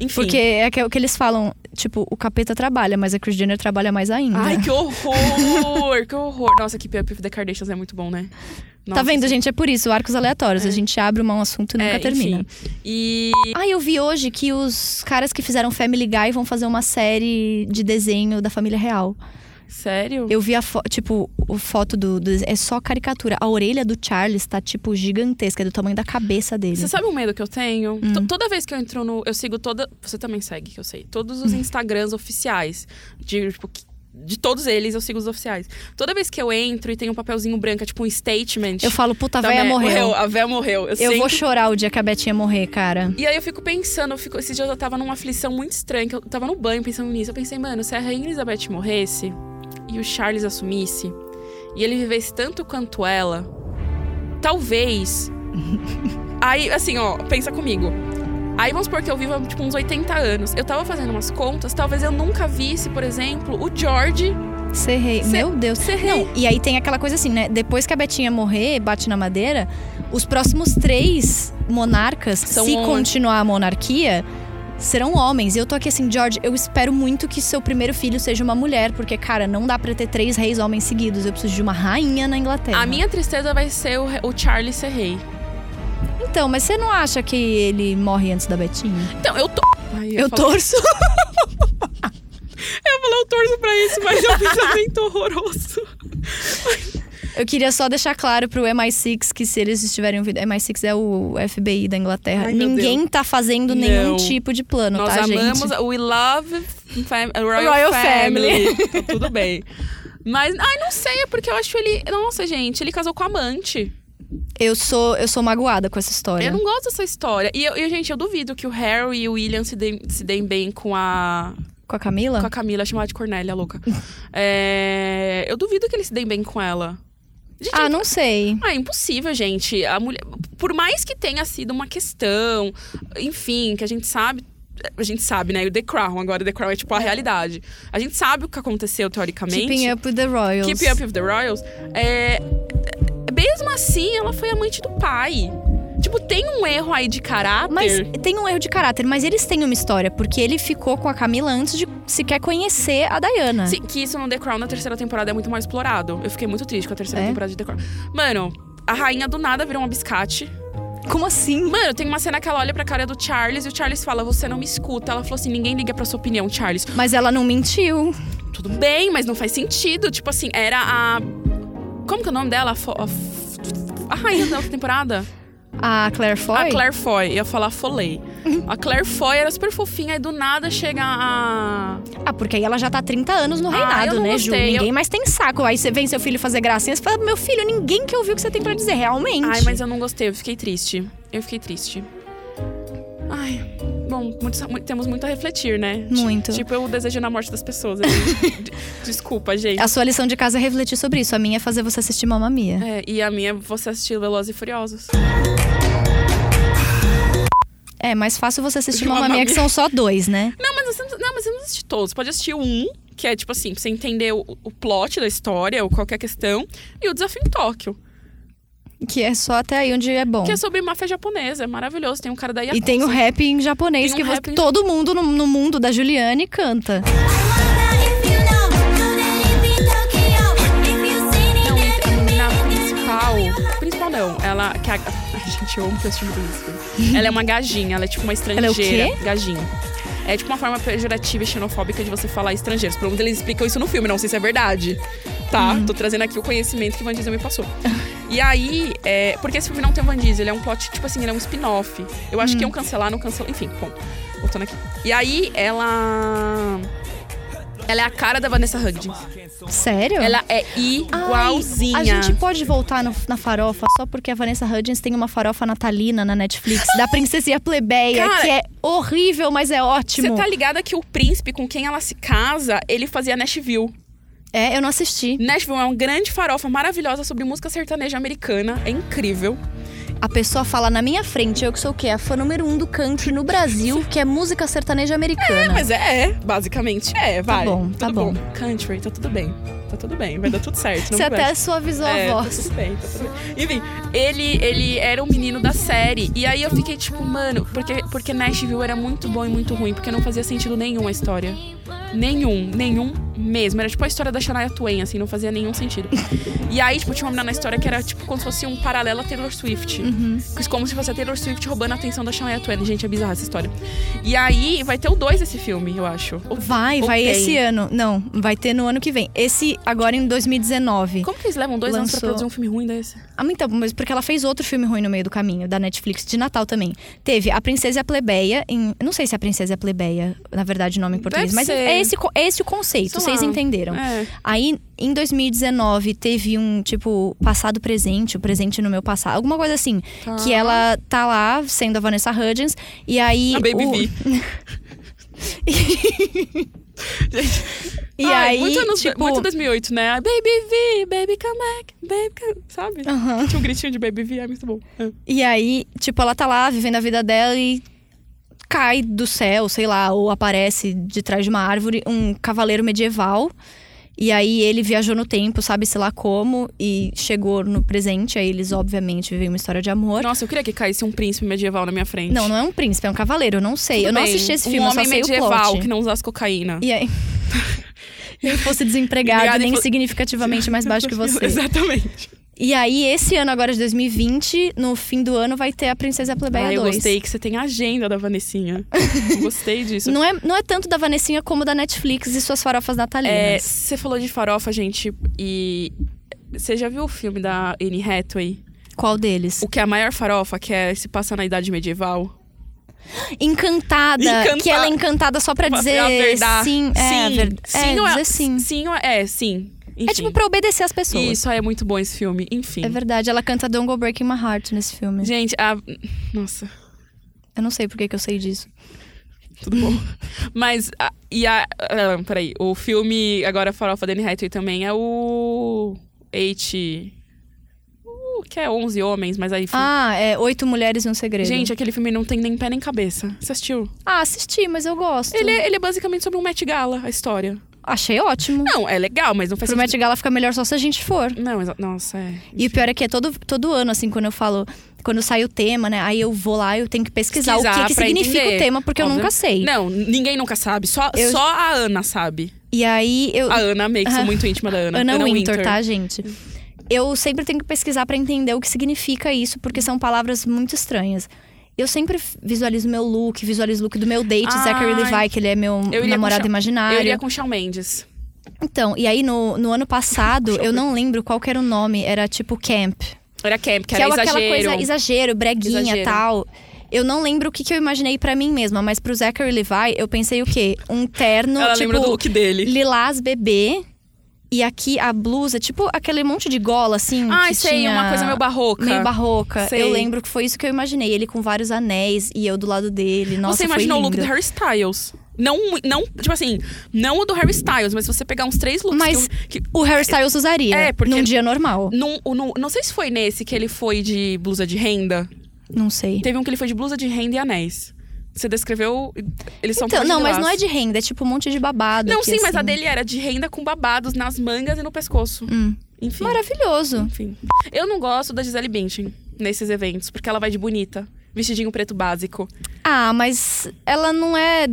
Speaker 1: Enfim.
Speaker 2: Porque é que- o que eles falam, tipo, o capeta trabalha, mas a Kris Jenner trabalha mais ainda.
Speaker 1: Ai, que horror! que horror! Nossa, que Up of the Kardashians é muito bom, né? Nossa,
Speaker 2: tá vendo,
Speaker 1: assim,
Speaker 2: gente? É por isso, arcos aleatórios. A gente abre um assunto e nunca
Speaker 1: é,
Speaker 2: termina.
Speaker 1: enfim. E.
Speaker 2: Ah, eu vi hoje que os caras que fizeram Family Guy vão fazer uma série de desenho da família real.
Speaker 1: Sério?
Speaker 2: Eu vi a foto, tipo, o foto do, do- É só caricatura. A orelha do Charles tá, tipo, gigantesca, é do tamanho da cabeça dele.
Speaker 1: Você sabe um medo que eu tenho?
Speaker 2: Hum.
Speaker 1: To- Toda vez que eu entro no. Eu sigo toda. Você também segue, que eu sei. Todos
Speaker 2: Hum.
Speaker 1: os Instagrams oficiais. De, tipo, que- de todos eles, eu sigo os oficiais. Toda vez que eu entro e tem um papelzinho branco, é tipo um statement.
Speaker 2: Eu falo, puta, a
Speaker 1: da
Speaker 2: véia
Speaker 1: Mé-
Speaker 2: morreu.
Speaker 1: A véia é, morreu. Eu,
Speaker 2: Eu
Speaker 1: sempre-
Speaker 2: vou chorar o dia que a Betinha morrer, cara.
Speaker 1: E aí eu fico pensando, eu fico, esses dias eu tava numa aflição muito estranha, que eu tava no banho pensando nisso. Eu pensei, mano, se a Rainha Elizabeth morresse e o Charles assumisse, e ele vivesse tanto quanto ela, talvez. aí, assim, ó, pensa comigo. Aí vamos supor que eu viva, tipo, uns 80 anos. Eu tava fazendo umas contas, talvez eu nunca visse, por exemplo, o George.
Speaker 2: Ser rei.
Speaker 1: Ser-
Speaker 2: Meu Deus.
Speaker 1: ser rei.
Speaker 2: Não, e aí tem aquela coisa assim, né? Depois que a Betinha morrer, bate na madeira, os próximos três monarcas,
Speaker 1: São
Speaker 2: se
Speaker 1: homens.
Speaker 2: continuar a monarquia, serão homens. E eu tô aqui assim, George, eu espero muito que seu primeiro filho seja uma mulher, porque, cara, não dá pra ter três reis homens seguidos. Eu preciso de uma rainha na Inglaterra.
Speaker 1: A minha tristeza vai ser o, o Charles ser rei.
Speaker 2: Então, mas você não acha que ele morre antes da Betinha?
Speaker 1: Então, eu tô. Ai,
Speaker 2: Eu,
Speaker 1: falo-
Speaker 2: torço.
Speaker 1: Eu falei, eu torço pra isso, mas é um pensamento horroroso.
Speaker 2: Eu queria só deixar claro pro MI6 que se eles estiverem ouvindo. MI6 é o FBI da Inglaterra.
Speaker 1: Ai, meu
Speaker 2: Ninguém tá fazendo nenhum
Speaker 1: Não.
Speaker 2: tipo de plano,
Speaker 1: Nós
Speaker 2: tá,
Speaker 1: amamos,
Speaker 2: gente?
Speaker 1: we love fam Royal,
Speaker 2: Royal
Speaker 1: Family. Tá tudo bem. Mas, ai, não sei, é porque eu acho ele. Nossa, gente, ele casou com a amante.
Speaker 2: Eu sou, eu sou magoada com essa história.
Speaker 1: Eu não gosto dessa história. E, eu, e, gente, eu duvido que o Harry e o William se deem, se deem bem com a,
Speaker 2: Com a Camila?
Speaker 1: com a Camila, chamada de Cornélia, louca. É, eu duvido que eles se deem bem com ela. Gente,
Speaker 2: Ah, não sei.
Speaker 1: Ah, é impossível, gente. A mulher, por mais que tenha sido uma questão, enfim, que a gente sabe, a gente sabe, né? E o The Crown agora, The Crown é tipo a realidade. A gente sabe o que aconteceu teoricamente.
Speaker 2: Keeping up with the Royals.
Speaker 1: Keeping Up with the Royals. É, mesmo assim, ela foi amante do pai. Tipo, tem um erro aí de caráter.
Speaker 2: Mas tem um erro de caráter, mas eles têm uma história, porque ele ficou com a Camila antes de sequer conhecer a Diana.
Speaker 1: Sim, que isso no The Crown na terceira temporada é muito mais explorado. Eu fiquei muito triste com a terceira
Speaker 2: É?
Speaker 1: temporada de The Crown. Mano, a rainha do nada virou um abiscate.
Speaker 2: Como assim?
Speaker 1: Mano, tem uma cena que ela olha pra cara do Charles e o Charles fala: Você não me escuta. Ela falou assim: Ninguém liga pra sua opinião, Charles.
Speaker 2: Mas ela não mentiu.
Speaker 1: Tudo bem, mas não faz sentido. Tipo assim, era a. Como que é o nome dela? A, fo... a, f- a rainha da outra temporada?
Speaker 2: A Claire Foy?
Speaker 1: A Claire Foy. Ia falar Foley. A Claire Foy era super fofinha e do nada chega a.
Speaker 2: Ah, porque aí ela já tá há 30 anos no
Speaker 1: Ah,
Speaker 2: reinado,
Speaker 1: eu não
Speaker 2: né, Ju?
Speaker 1: gostei, eu-
Speaker 2: Ninguém mais tem saco. Aí você vem seu filho fazer gracinha, você fala, meu filho, ninguém quer ouvir o que você tem pra dizer, realmente.
Speaker 1: Ai, mas eu não gostei, eu fiquei triste. Eu fiquei triste. Ai, bom, muitos- mu- temos muito a refletir, né? Ti-
Speaker 2: Muito.
Speaker 1: Tipo, eu desejo na morte das pessoas. assim. De- Desculpa, gente.
Speaker 2: A sua lição de casa é refletir sobre isso. A minha é fazer você assistir Mamma Mia.
Speaker 1: É, e a minha, você assistiu Velozes e Furiosos.
Speaker 2: É, mais fácil você assistir
Speaker 1: Mamma
Speaker 2: Mamma Mia, que
Speaker 1: Mia.
Speaker 2: são só dois, né?
Speaker 1: Não, mas você não, não, mas você não assiste todos. Pode assistir o um, que é tipo assim, pra você entender o, o plot da história ou qualquer questão, e o Desafio em Tóquio,
Speaker 2: Que é só até aí onde é bom.
Speaker 1: que é sobre máfia japonesa. É maravilhoso. Tem um cara da Yakuza.
Speaker 2: E tem o rap em japonês
Speaker 1: Tem um
Speaker 2: que você-
Speaker 1: rap em-
Speaker 2: todo mundo no, no mundo da Juliane canta.
Speaker 1: Não, a menina principal. Principal não. Ela. Que a, ai, gente, eu amo que eu assisti isso. Ela é uma gajinha, ela é tipo uma estrangeira.
Speaker 2: Ela é o quê?
Speaker 1: Gajinha. É tipo uma forma pejorativa e xenofóbica de você falar estrangeiros. Pelo menos eles explicam isso no filme, não sei se é verdade. Tá?
Speaker 2: Uhum.
Speaker 1: Tô trazendo aqui o conhecimento que o Van Diesel me passou. E aí, é, porque esse filme não tem o Van Diesel, ele é um plot, tipo assim, ele é um spin-off. Eu acho que
Speaker 2: Uhum.
Speaker 1: iam cancelar, não cancelou. Enfim, bom, voltando aqui. E aí, ela. Ela é a cara da Vanessa Hudgens.
Speaker 2: Sério?
Speaker 1: Ela é
Speaker 2: Ai,
Speaker 1: igualzinha.
Speaker 2: a gente pode voltar no- na farofa só porque a Vanessa Hudgens tem uma farofa natalina na Netflix da Princesa e a Plebeia,
Speaker 1: Cara-
Speaker 2: que é horrível, mas é
Speaker 1: Você
Speaker 2: ótimo.
Speaker 1: tá ligada que o príncipe com quem ela se casa, ele fazia Nashville.
Speaker 2: É, eu não assisti.
Speaker 1: Nashville é uma grande farofa maravilhosa sobre música sertaneja americana. É incrível.
Speaker 2: A pessoa fala na minha frente, eu que sou o quê? A fã número um do country no Brasil, que é música sertaneja americana.
Speaker 1: Mas é, é, basicamente é, vai.
Speaker 2: bom,
Speaker 1: tudo
Speaker 2: Ah. tá bom.
Speaker 1: Country, tá tudo bem. Tá tudo bem, vai dar tudo certo. Não
Speaker 2: Você
Speaker 1: vai.
Speaker 2: até suavizou
Speaker 1: É,
Speaker 2: a
Speaker 1: tá
Speaker 2: voz.
Speaker 1: tudo bem, tá tudo bem. Enfim, ele, ele era o menino da série. E aí eu fiquei tipo, mano, porque, porque Nashville era muito bom e muito ruim, porque não fazia sentido nenhum a história. Nenhum, nenhum mesmo. Era tipo a história da Shania Twain, assim, não fazia nenhum sentido. E aí, tipo, tinha uma menina na história que era tipo como se fosse um paralelo a Taylor Swift.
Speaker 2: Uhum.
Speaker 1: Como se fosse a Taylor Swift roubando a atenção da Shania Twain. Gente, é bizarra essa história. E aí vai ter o dois esse filme, eu acho. O-
Speaker 2: Vai,
Speaker 1: Ou
Speaker 2: vai
Speaker 1: tem.
Speaker 2: esse ano. Não, vai ter no ano que vem. Esse agora em 2019.
Speaker 1: Como que eles levam dois anos pra
Speaker 2: Lançou.
Speaker 1: produzir um filme ruim desse?
Speaker 2: Ah, mas então, mas porque ela fez outro filme ruim no meio do caminho, da Netflix, de Natal também. Teve A Princesa e a Plebeia, em. eu Não sei se é a Princesa e a Plebeia, na verdade, o nome em português,
Speaker 1: Deve
Speaker 2: mas
Speaker 1: ser.
Speaker 2: é esse, co- é esse o conceito,
Speaker 1: Sei
Speaker 2: vocês
Speaker 1: lá.
Speaker 2: entenderam.
Speaker 1: É.
Speaker 2: Aí, em 2019, teve um, tipo, passado-presente, o presente no meu passado, alguma coisa assim. Que ela tá lá, sendo a Vanessa Hudgens, e aí.
Speaker 1: A Baby
Speaker 2: o-
Speaker 1: V.
Speaker 2: E
Speaker 1: Ai,
Speaker 2: aí.
Speaker 1: muito, anos,
Speaker 2: tipo,
Speaker 1: muito 2008, né? Ai, Baby V, baby come back, baby come... Sabe?
Speaker 2: Aham.
Speaker 1: Tinha um gritinho de Baby V, é muito bom. É.
Speaker 2: E aí, tipo, ela tá lá vivendo a vida dela e cai do céu, sei lá, ou aparece de trás de uma árvore um cavaleiro medieval. E aí ele viajou no tempo, sabe se lá como, e chegou no presente. Aí eles, obviamente, vivem uma história de amor.
Speaker 1: Nossa, eu queria que caísse um príncipe medieval na minha frente.
Speaker 2: Não, não é um príncipe, é um cavaleiro, eu não sei. eu não assisti esse filme,
Speaker 1: Um
Speaker 2: eu só
Speaker 1: homem
Speaker 2: sei o
Speaker 1: medieval
Speaker 2: plot.
Speaker 1: que não usasse cocaína.
Speaker 2: E aí... Nem fosse desempregado,
Speaker 1: Obrigada,
Speaker 2: nem
Speaker 1: e fo-
Speaker 2: significativamente é mais baixo que você.
Speaker 1: é. Exatamente.
Speaker 2: E aí, esse ano agora de 2020, no fim do ano, vai ter a Princesa Plebeia
Speaker 1: Ah,
Speaker 2: 2.
Speaker 1: eu gostei que você tem a agenda da Vanessinha. Eu gostei disso.
Speaker 2: Não é, não é tanto da Vanessinha como da Netflix e suas
Speaker 1: É,
Speaker 2: farofas natalinas.
Speaker 1: Você falou de farofa, gente, e... Você já viu o filme da Anne Hathaway?
Speaker 2: Qual deles?
Speaker 1: O que é a maior farofa, que é se passa na Idade Medieval?
Speaker 2: Encantada,
Speaker 1: Encanta-
Speaker 2: Que ela é encantada só pra
Speaker 1: Pra-
Speaker 2: dizer
Speaker 1: pra verdade.
Speaker 2: sim. É, a ver-
Speaker 1: Sim
Speaker 2: é,
Speaker 1: ou é-
Speaker 2: dizer sim.
Speaker 1: Sim ou é, é, sim. Enfim.
Speaker 2: É tipo pra obedecer as pessoas.
Speaker 1: Isso, é muito bom esse filme. Enfim.
Speaker 2: É verdade. Ela canta Don't Go Breaking My Heart nesse filme.
Speaker 1: Gente, a... Nossa,
Speaker 2: Eu não sei por que que eu sei disso.
Speaker 1: tudo bom. Mas, a- e a... ah, peraí, o filme, agora a farofa da Anne Hathaway também é o... Eight... que é 11 homens, mas aí... foi-
Speaker 2: Ah, é Oito Mulheres e um Segredo.
Speaker 1: Gente, aquele filme não tem nem pé nem cabeça. Você assistiu?
Speaker 2: ah, assisti, mas eu gosto.
Speaker 1: Ele é, ele é basicamente sobre um Met Gala, a história.
Speaker 2: Achei ótimo.
Speaker 1: Não, é legal, mas não faz
Speaker 2: Pro Met Gala fica melhor só se a gente for.
Speaker 1: Não, exa- nossa, é.
Speaker 2: E o pior é que é todo, todo ano, assim, quando eu falo, quando sai o tema, né? Aí eu vou lá, eu tenho que pesquisar, o que que,
Speaker 1: pra
Speaker 2: significa
Speaker 1: entender.
Speaker 2: o tema, porque eu
Speaker 1: Óbvio.
Speaker 2: nunca sei.
Speaker 1: Não, ninguém nunca sabe. Só,
Speaker 2: Eu-
Speaker 1: só a Ana sabe.
Speaker 2: E aí eu.
Speaker 1: A Ana amei, que sou
Speaker 2: Ah.
Speaker 1: muito íntima da Ana.
Speaker 2: Ana, Winter, tá, gente? Eu sempre tenho que pesquisar pra entender o que significa isso, porque são palavras muito estranhas. Eu sempre f- visualizo meu look, visualizo o look do meu date,
Speaker 1: Ai.
Speaker 2: Zachary Levi, que ele é meu
Speaker 1: Ah, Eu iria
Speaker 2: namorado
Speaker 1: puxar-
Speaker 2: imaginário.
Speaker 1: Eu iria com o Shawn Mendes.
Speaker 2: Então, e aí no, no ano passado, eu não lembro qual que era o nome, era tipo camp.
Speaker 1: Era Camp, que,
Speaker 2: Que, é
Speaker 1: era
Speaker 2: aquela
Speaker 1: exagero.
Speaker 2: coisa exagero, breguinha e
Speaker 1: Exagero.
Speaker 2: tal. Eu não lembro o que, que eu imaginei pra mim mesma, mas pro Zachary Levi, eu pensei o quê? Um terno,
Speaker 1: Ela
Speaker 2: tipo,
Speaker 1: lembra do look dele.
Speaker 2: lilás bebê. E aqui a blusa, tipo aquele monte de gola, assim.
Speaker 1: Ai,
Speaker 2: que
Speaker 1: sei,
Speaker 2: tinha
Speaker 1: uma coisa meio barroca.
Speaker 2: meio barroca.
Speaker 1: Sei.
Speaker 2: Eu lembro que foi isso que eu imaginei. Ele com vários anéis e eu do lado dele. Nossa,
Speaker 1: você
Speaker 2: foi
Speaker 1: imaginou o look do
Speaker 2: lindo.
Speaker 1: Harry Styles. Não, não, tipo assim, não o do Harry Styles, mas se você pegar uns três looks
Speaker 2: Mas
Speaker 1: que, eu- que
Speaker 2: o hairstyles usaria
Speaker 1: É, porque-
Speaker 2: num dia normal.
Speaker 1: num- o- num- não sei se foi nesse que ele foi de blusa de renda.
Speaker 2: Não sei.
Speaker 1: Teve um que ele foi de blusa de renda e anéis. Você descreveu. Eles são
Speaker 2: Então,
Speaker 1: puros
Speaker 2: não, mas
Speaker 1: lilás.
Speaker 2: não é de renda, é tipo um monte de babado.
Speaker 1: Não,
Speaker 2: aqui,
Speaker 1: sim, mas a
Speaker 2: assim.
Speaker 1: dele era de renda com babados nas mangas e no pescoço.
Speaker 2: Hum.
Speaker 1: Enfim.
Speaker 2: Maravilhoso.
Speaker 1: Enfim. Eu não gosto da Gisele Bündchen nesses eventos, porque ela vai de bonita. Vestidinho preto básico.
Speaker 2: Ah, mas ela não é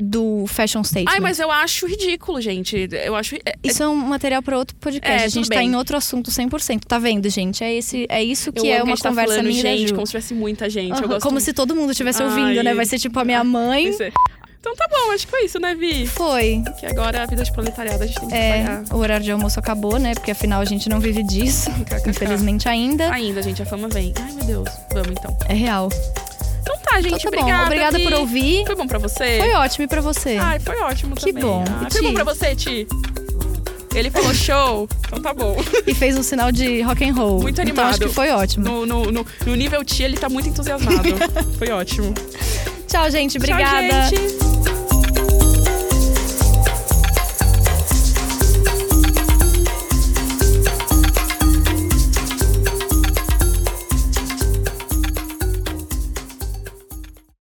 Speaker 2: do fashion statement.
Speaker 1: Ai, mas eu acho ridículo, gente. Eu acho. é- é-
Speaker 2: Isso é um material pra outro podcast.
Speaker 1: É,
Speaker 2: a gente
Speaker 1: tudo
Speaker 2: tá
Speaker 1: bem.
Speaker 2: em outro assunto 100%. Tá vendo, gente? É, esse, é isso que
Speaker 1: eu
Speaker 2: é
Speaker 1: amo
Speaker 2: uma
Speaker 1: a gente tá
Speaker 2: conversa
Speaker 1: falando,
Speaker 2: minha e da
Speaker 1: gente,
Speaker 2: Ju.
Speaker 1: como se tivesse muita gente.
Speaker 2: Aham,
Speaker 1: Eu gosto
Speaker 2: Como se todo mundo estivesse
Speaker 1: Ai. é
Speaker 2: ouvindo, né? Vai ser tipo a minha mãe.
Speaker 1: Esse- Então tá bom, acho que foi isso, né, Vi?
Speaker 2: Foi.
Speaker 1: Que agora a vida de proletariado a gente tem que
Speaker 2: É,
Speaker 1: trabalhar.
Speaker 2: o horário de almoço acabou, né? Porque afinal a gente não vive disso.
Speaker 1: KKK.
Speaker 2: Infelizmente ainda.
Speaker 1: Ainda, gente, a fama vem. Ai, meu Deus. Vamos então.
Speaker 2: É real.
Speaker 1: Então tá, gente.
Speaker 2: Então tá
Speaker 1: obrigada.
Speaker 2: bom. Obrigada
Speaker 1: Vi.
Speaker 2: por ouvir.
Speaker 1: Foi bom pra você?
Speaker 2: Foi ótimo e pra você.
Speaker 1: Ai, foi ótimo
Speaker 2: Que
Speaker 1: também.
Speaker 2: bom.
Speaker 1: Ah,
Speaker 2: E
Speaker 1: foi bom
Speaker 2: Ti?
Speaker 1: pra você, Ti? Ele falou show, então tá bom.
Speaker 2: E fez um sinal de rock and roll.
Speaker 1: Muito
Speaker 2: Então acho
Speaker 1: animado.
Speaker 2: que foi ótimo.
Speaker 1: No, no, no, no nível Ti, ele tá muito entusiasmado. foi ótimo.
Speaker 2: Tchau, gente. Obrigada.
Speaker 1: Tchau, gente.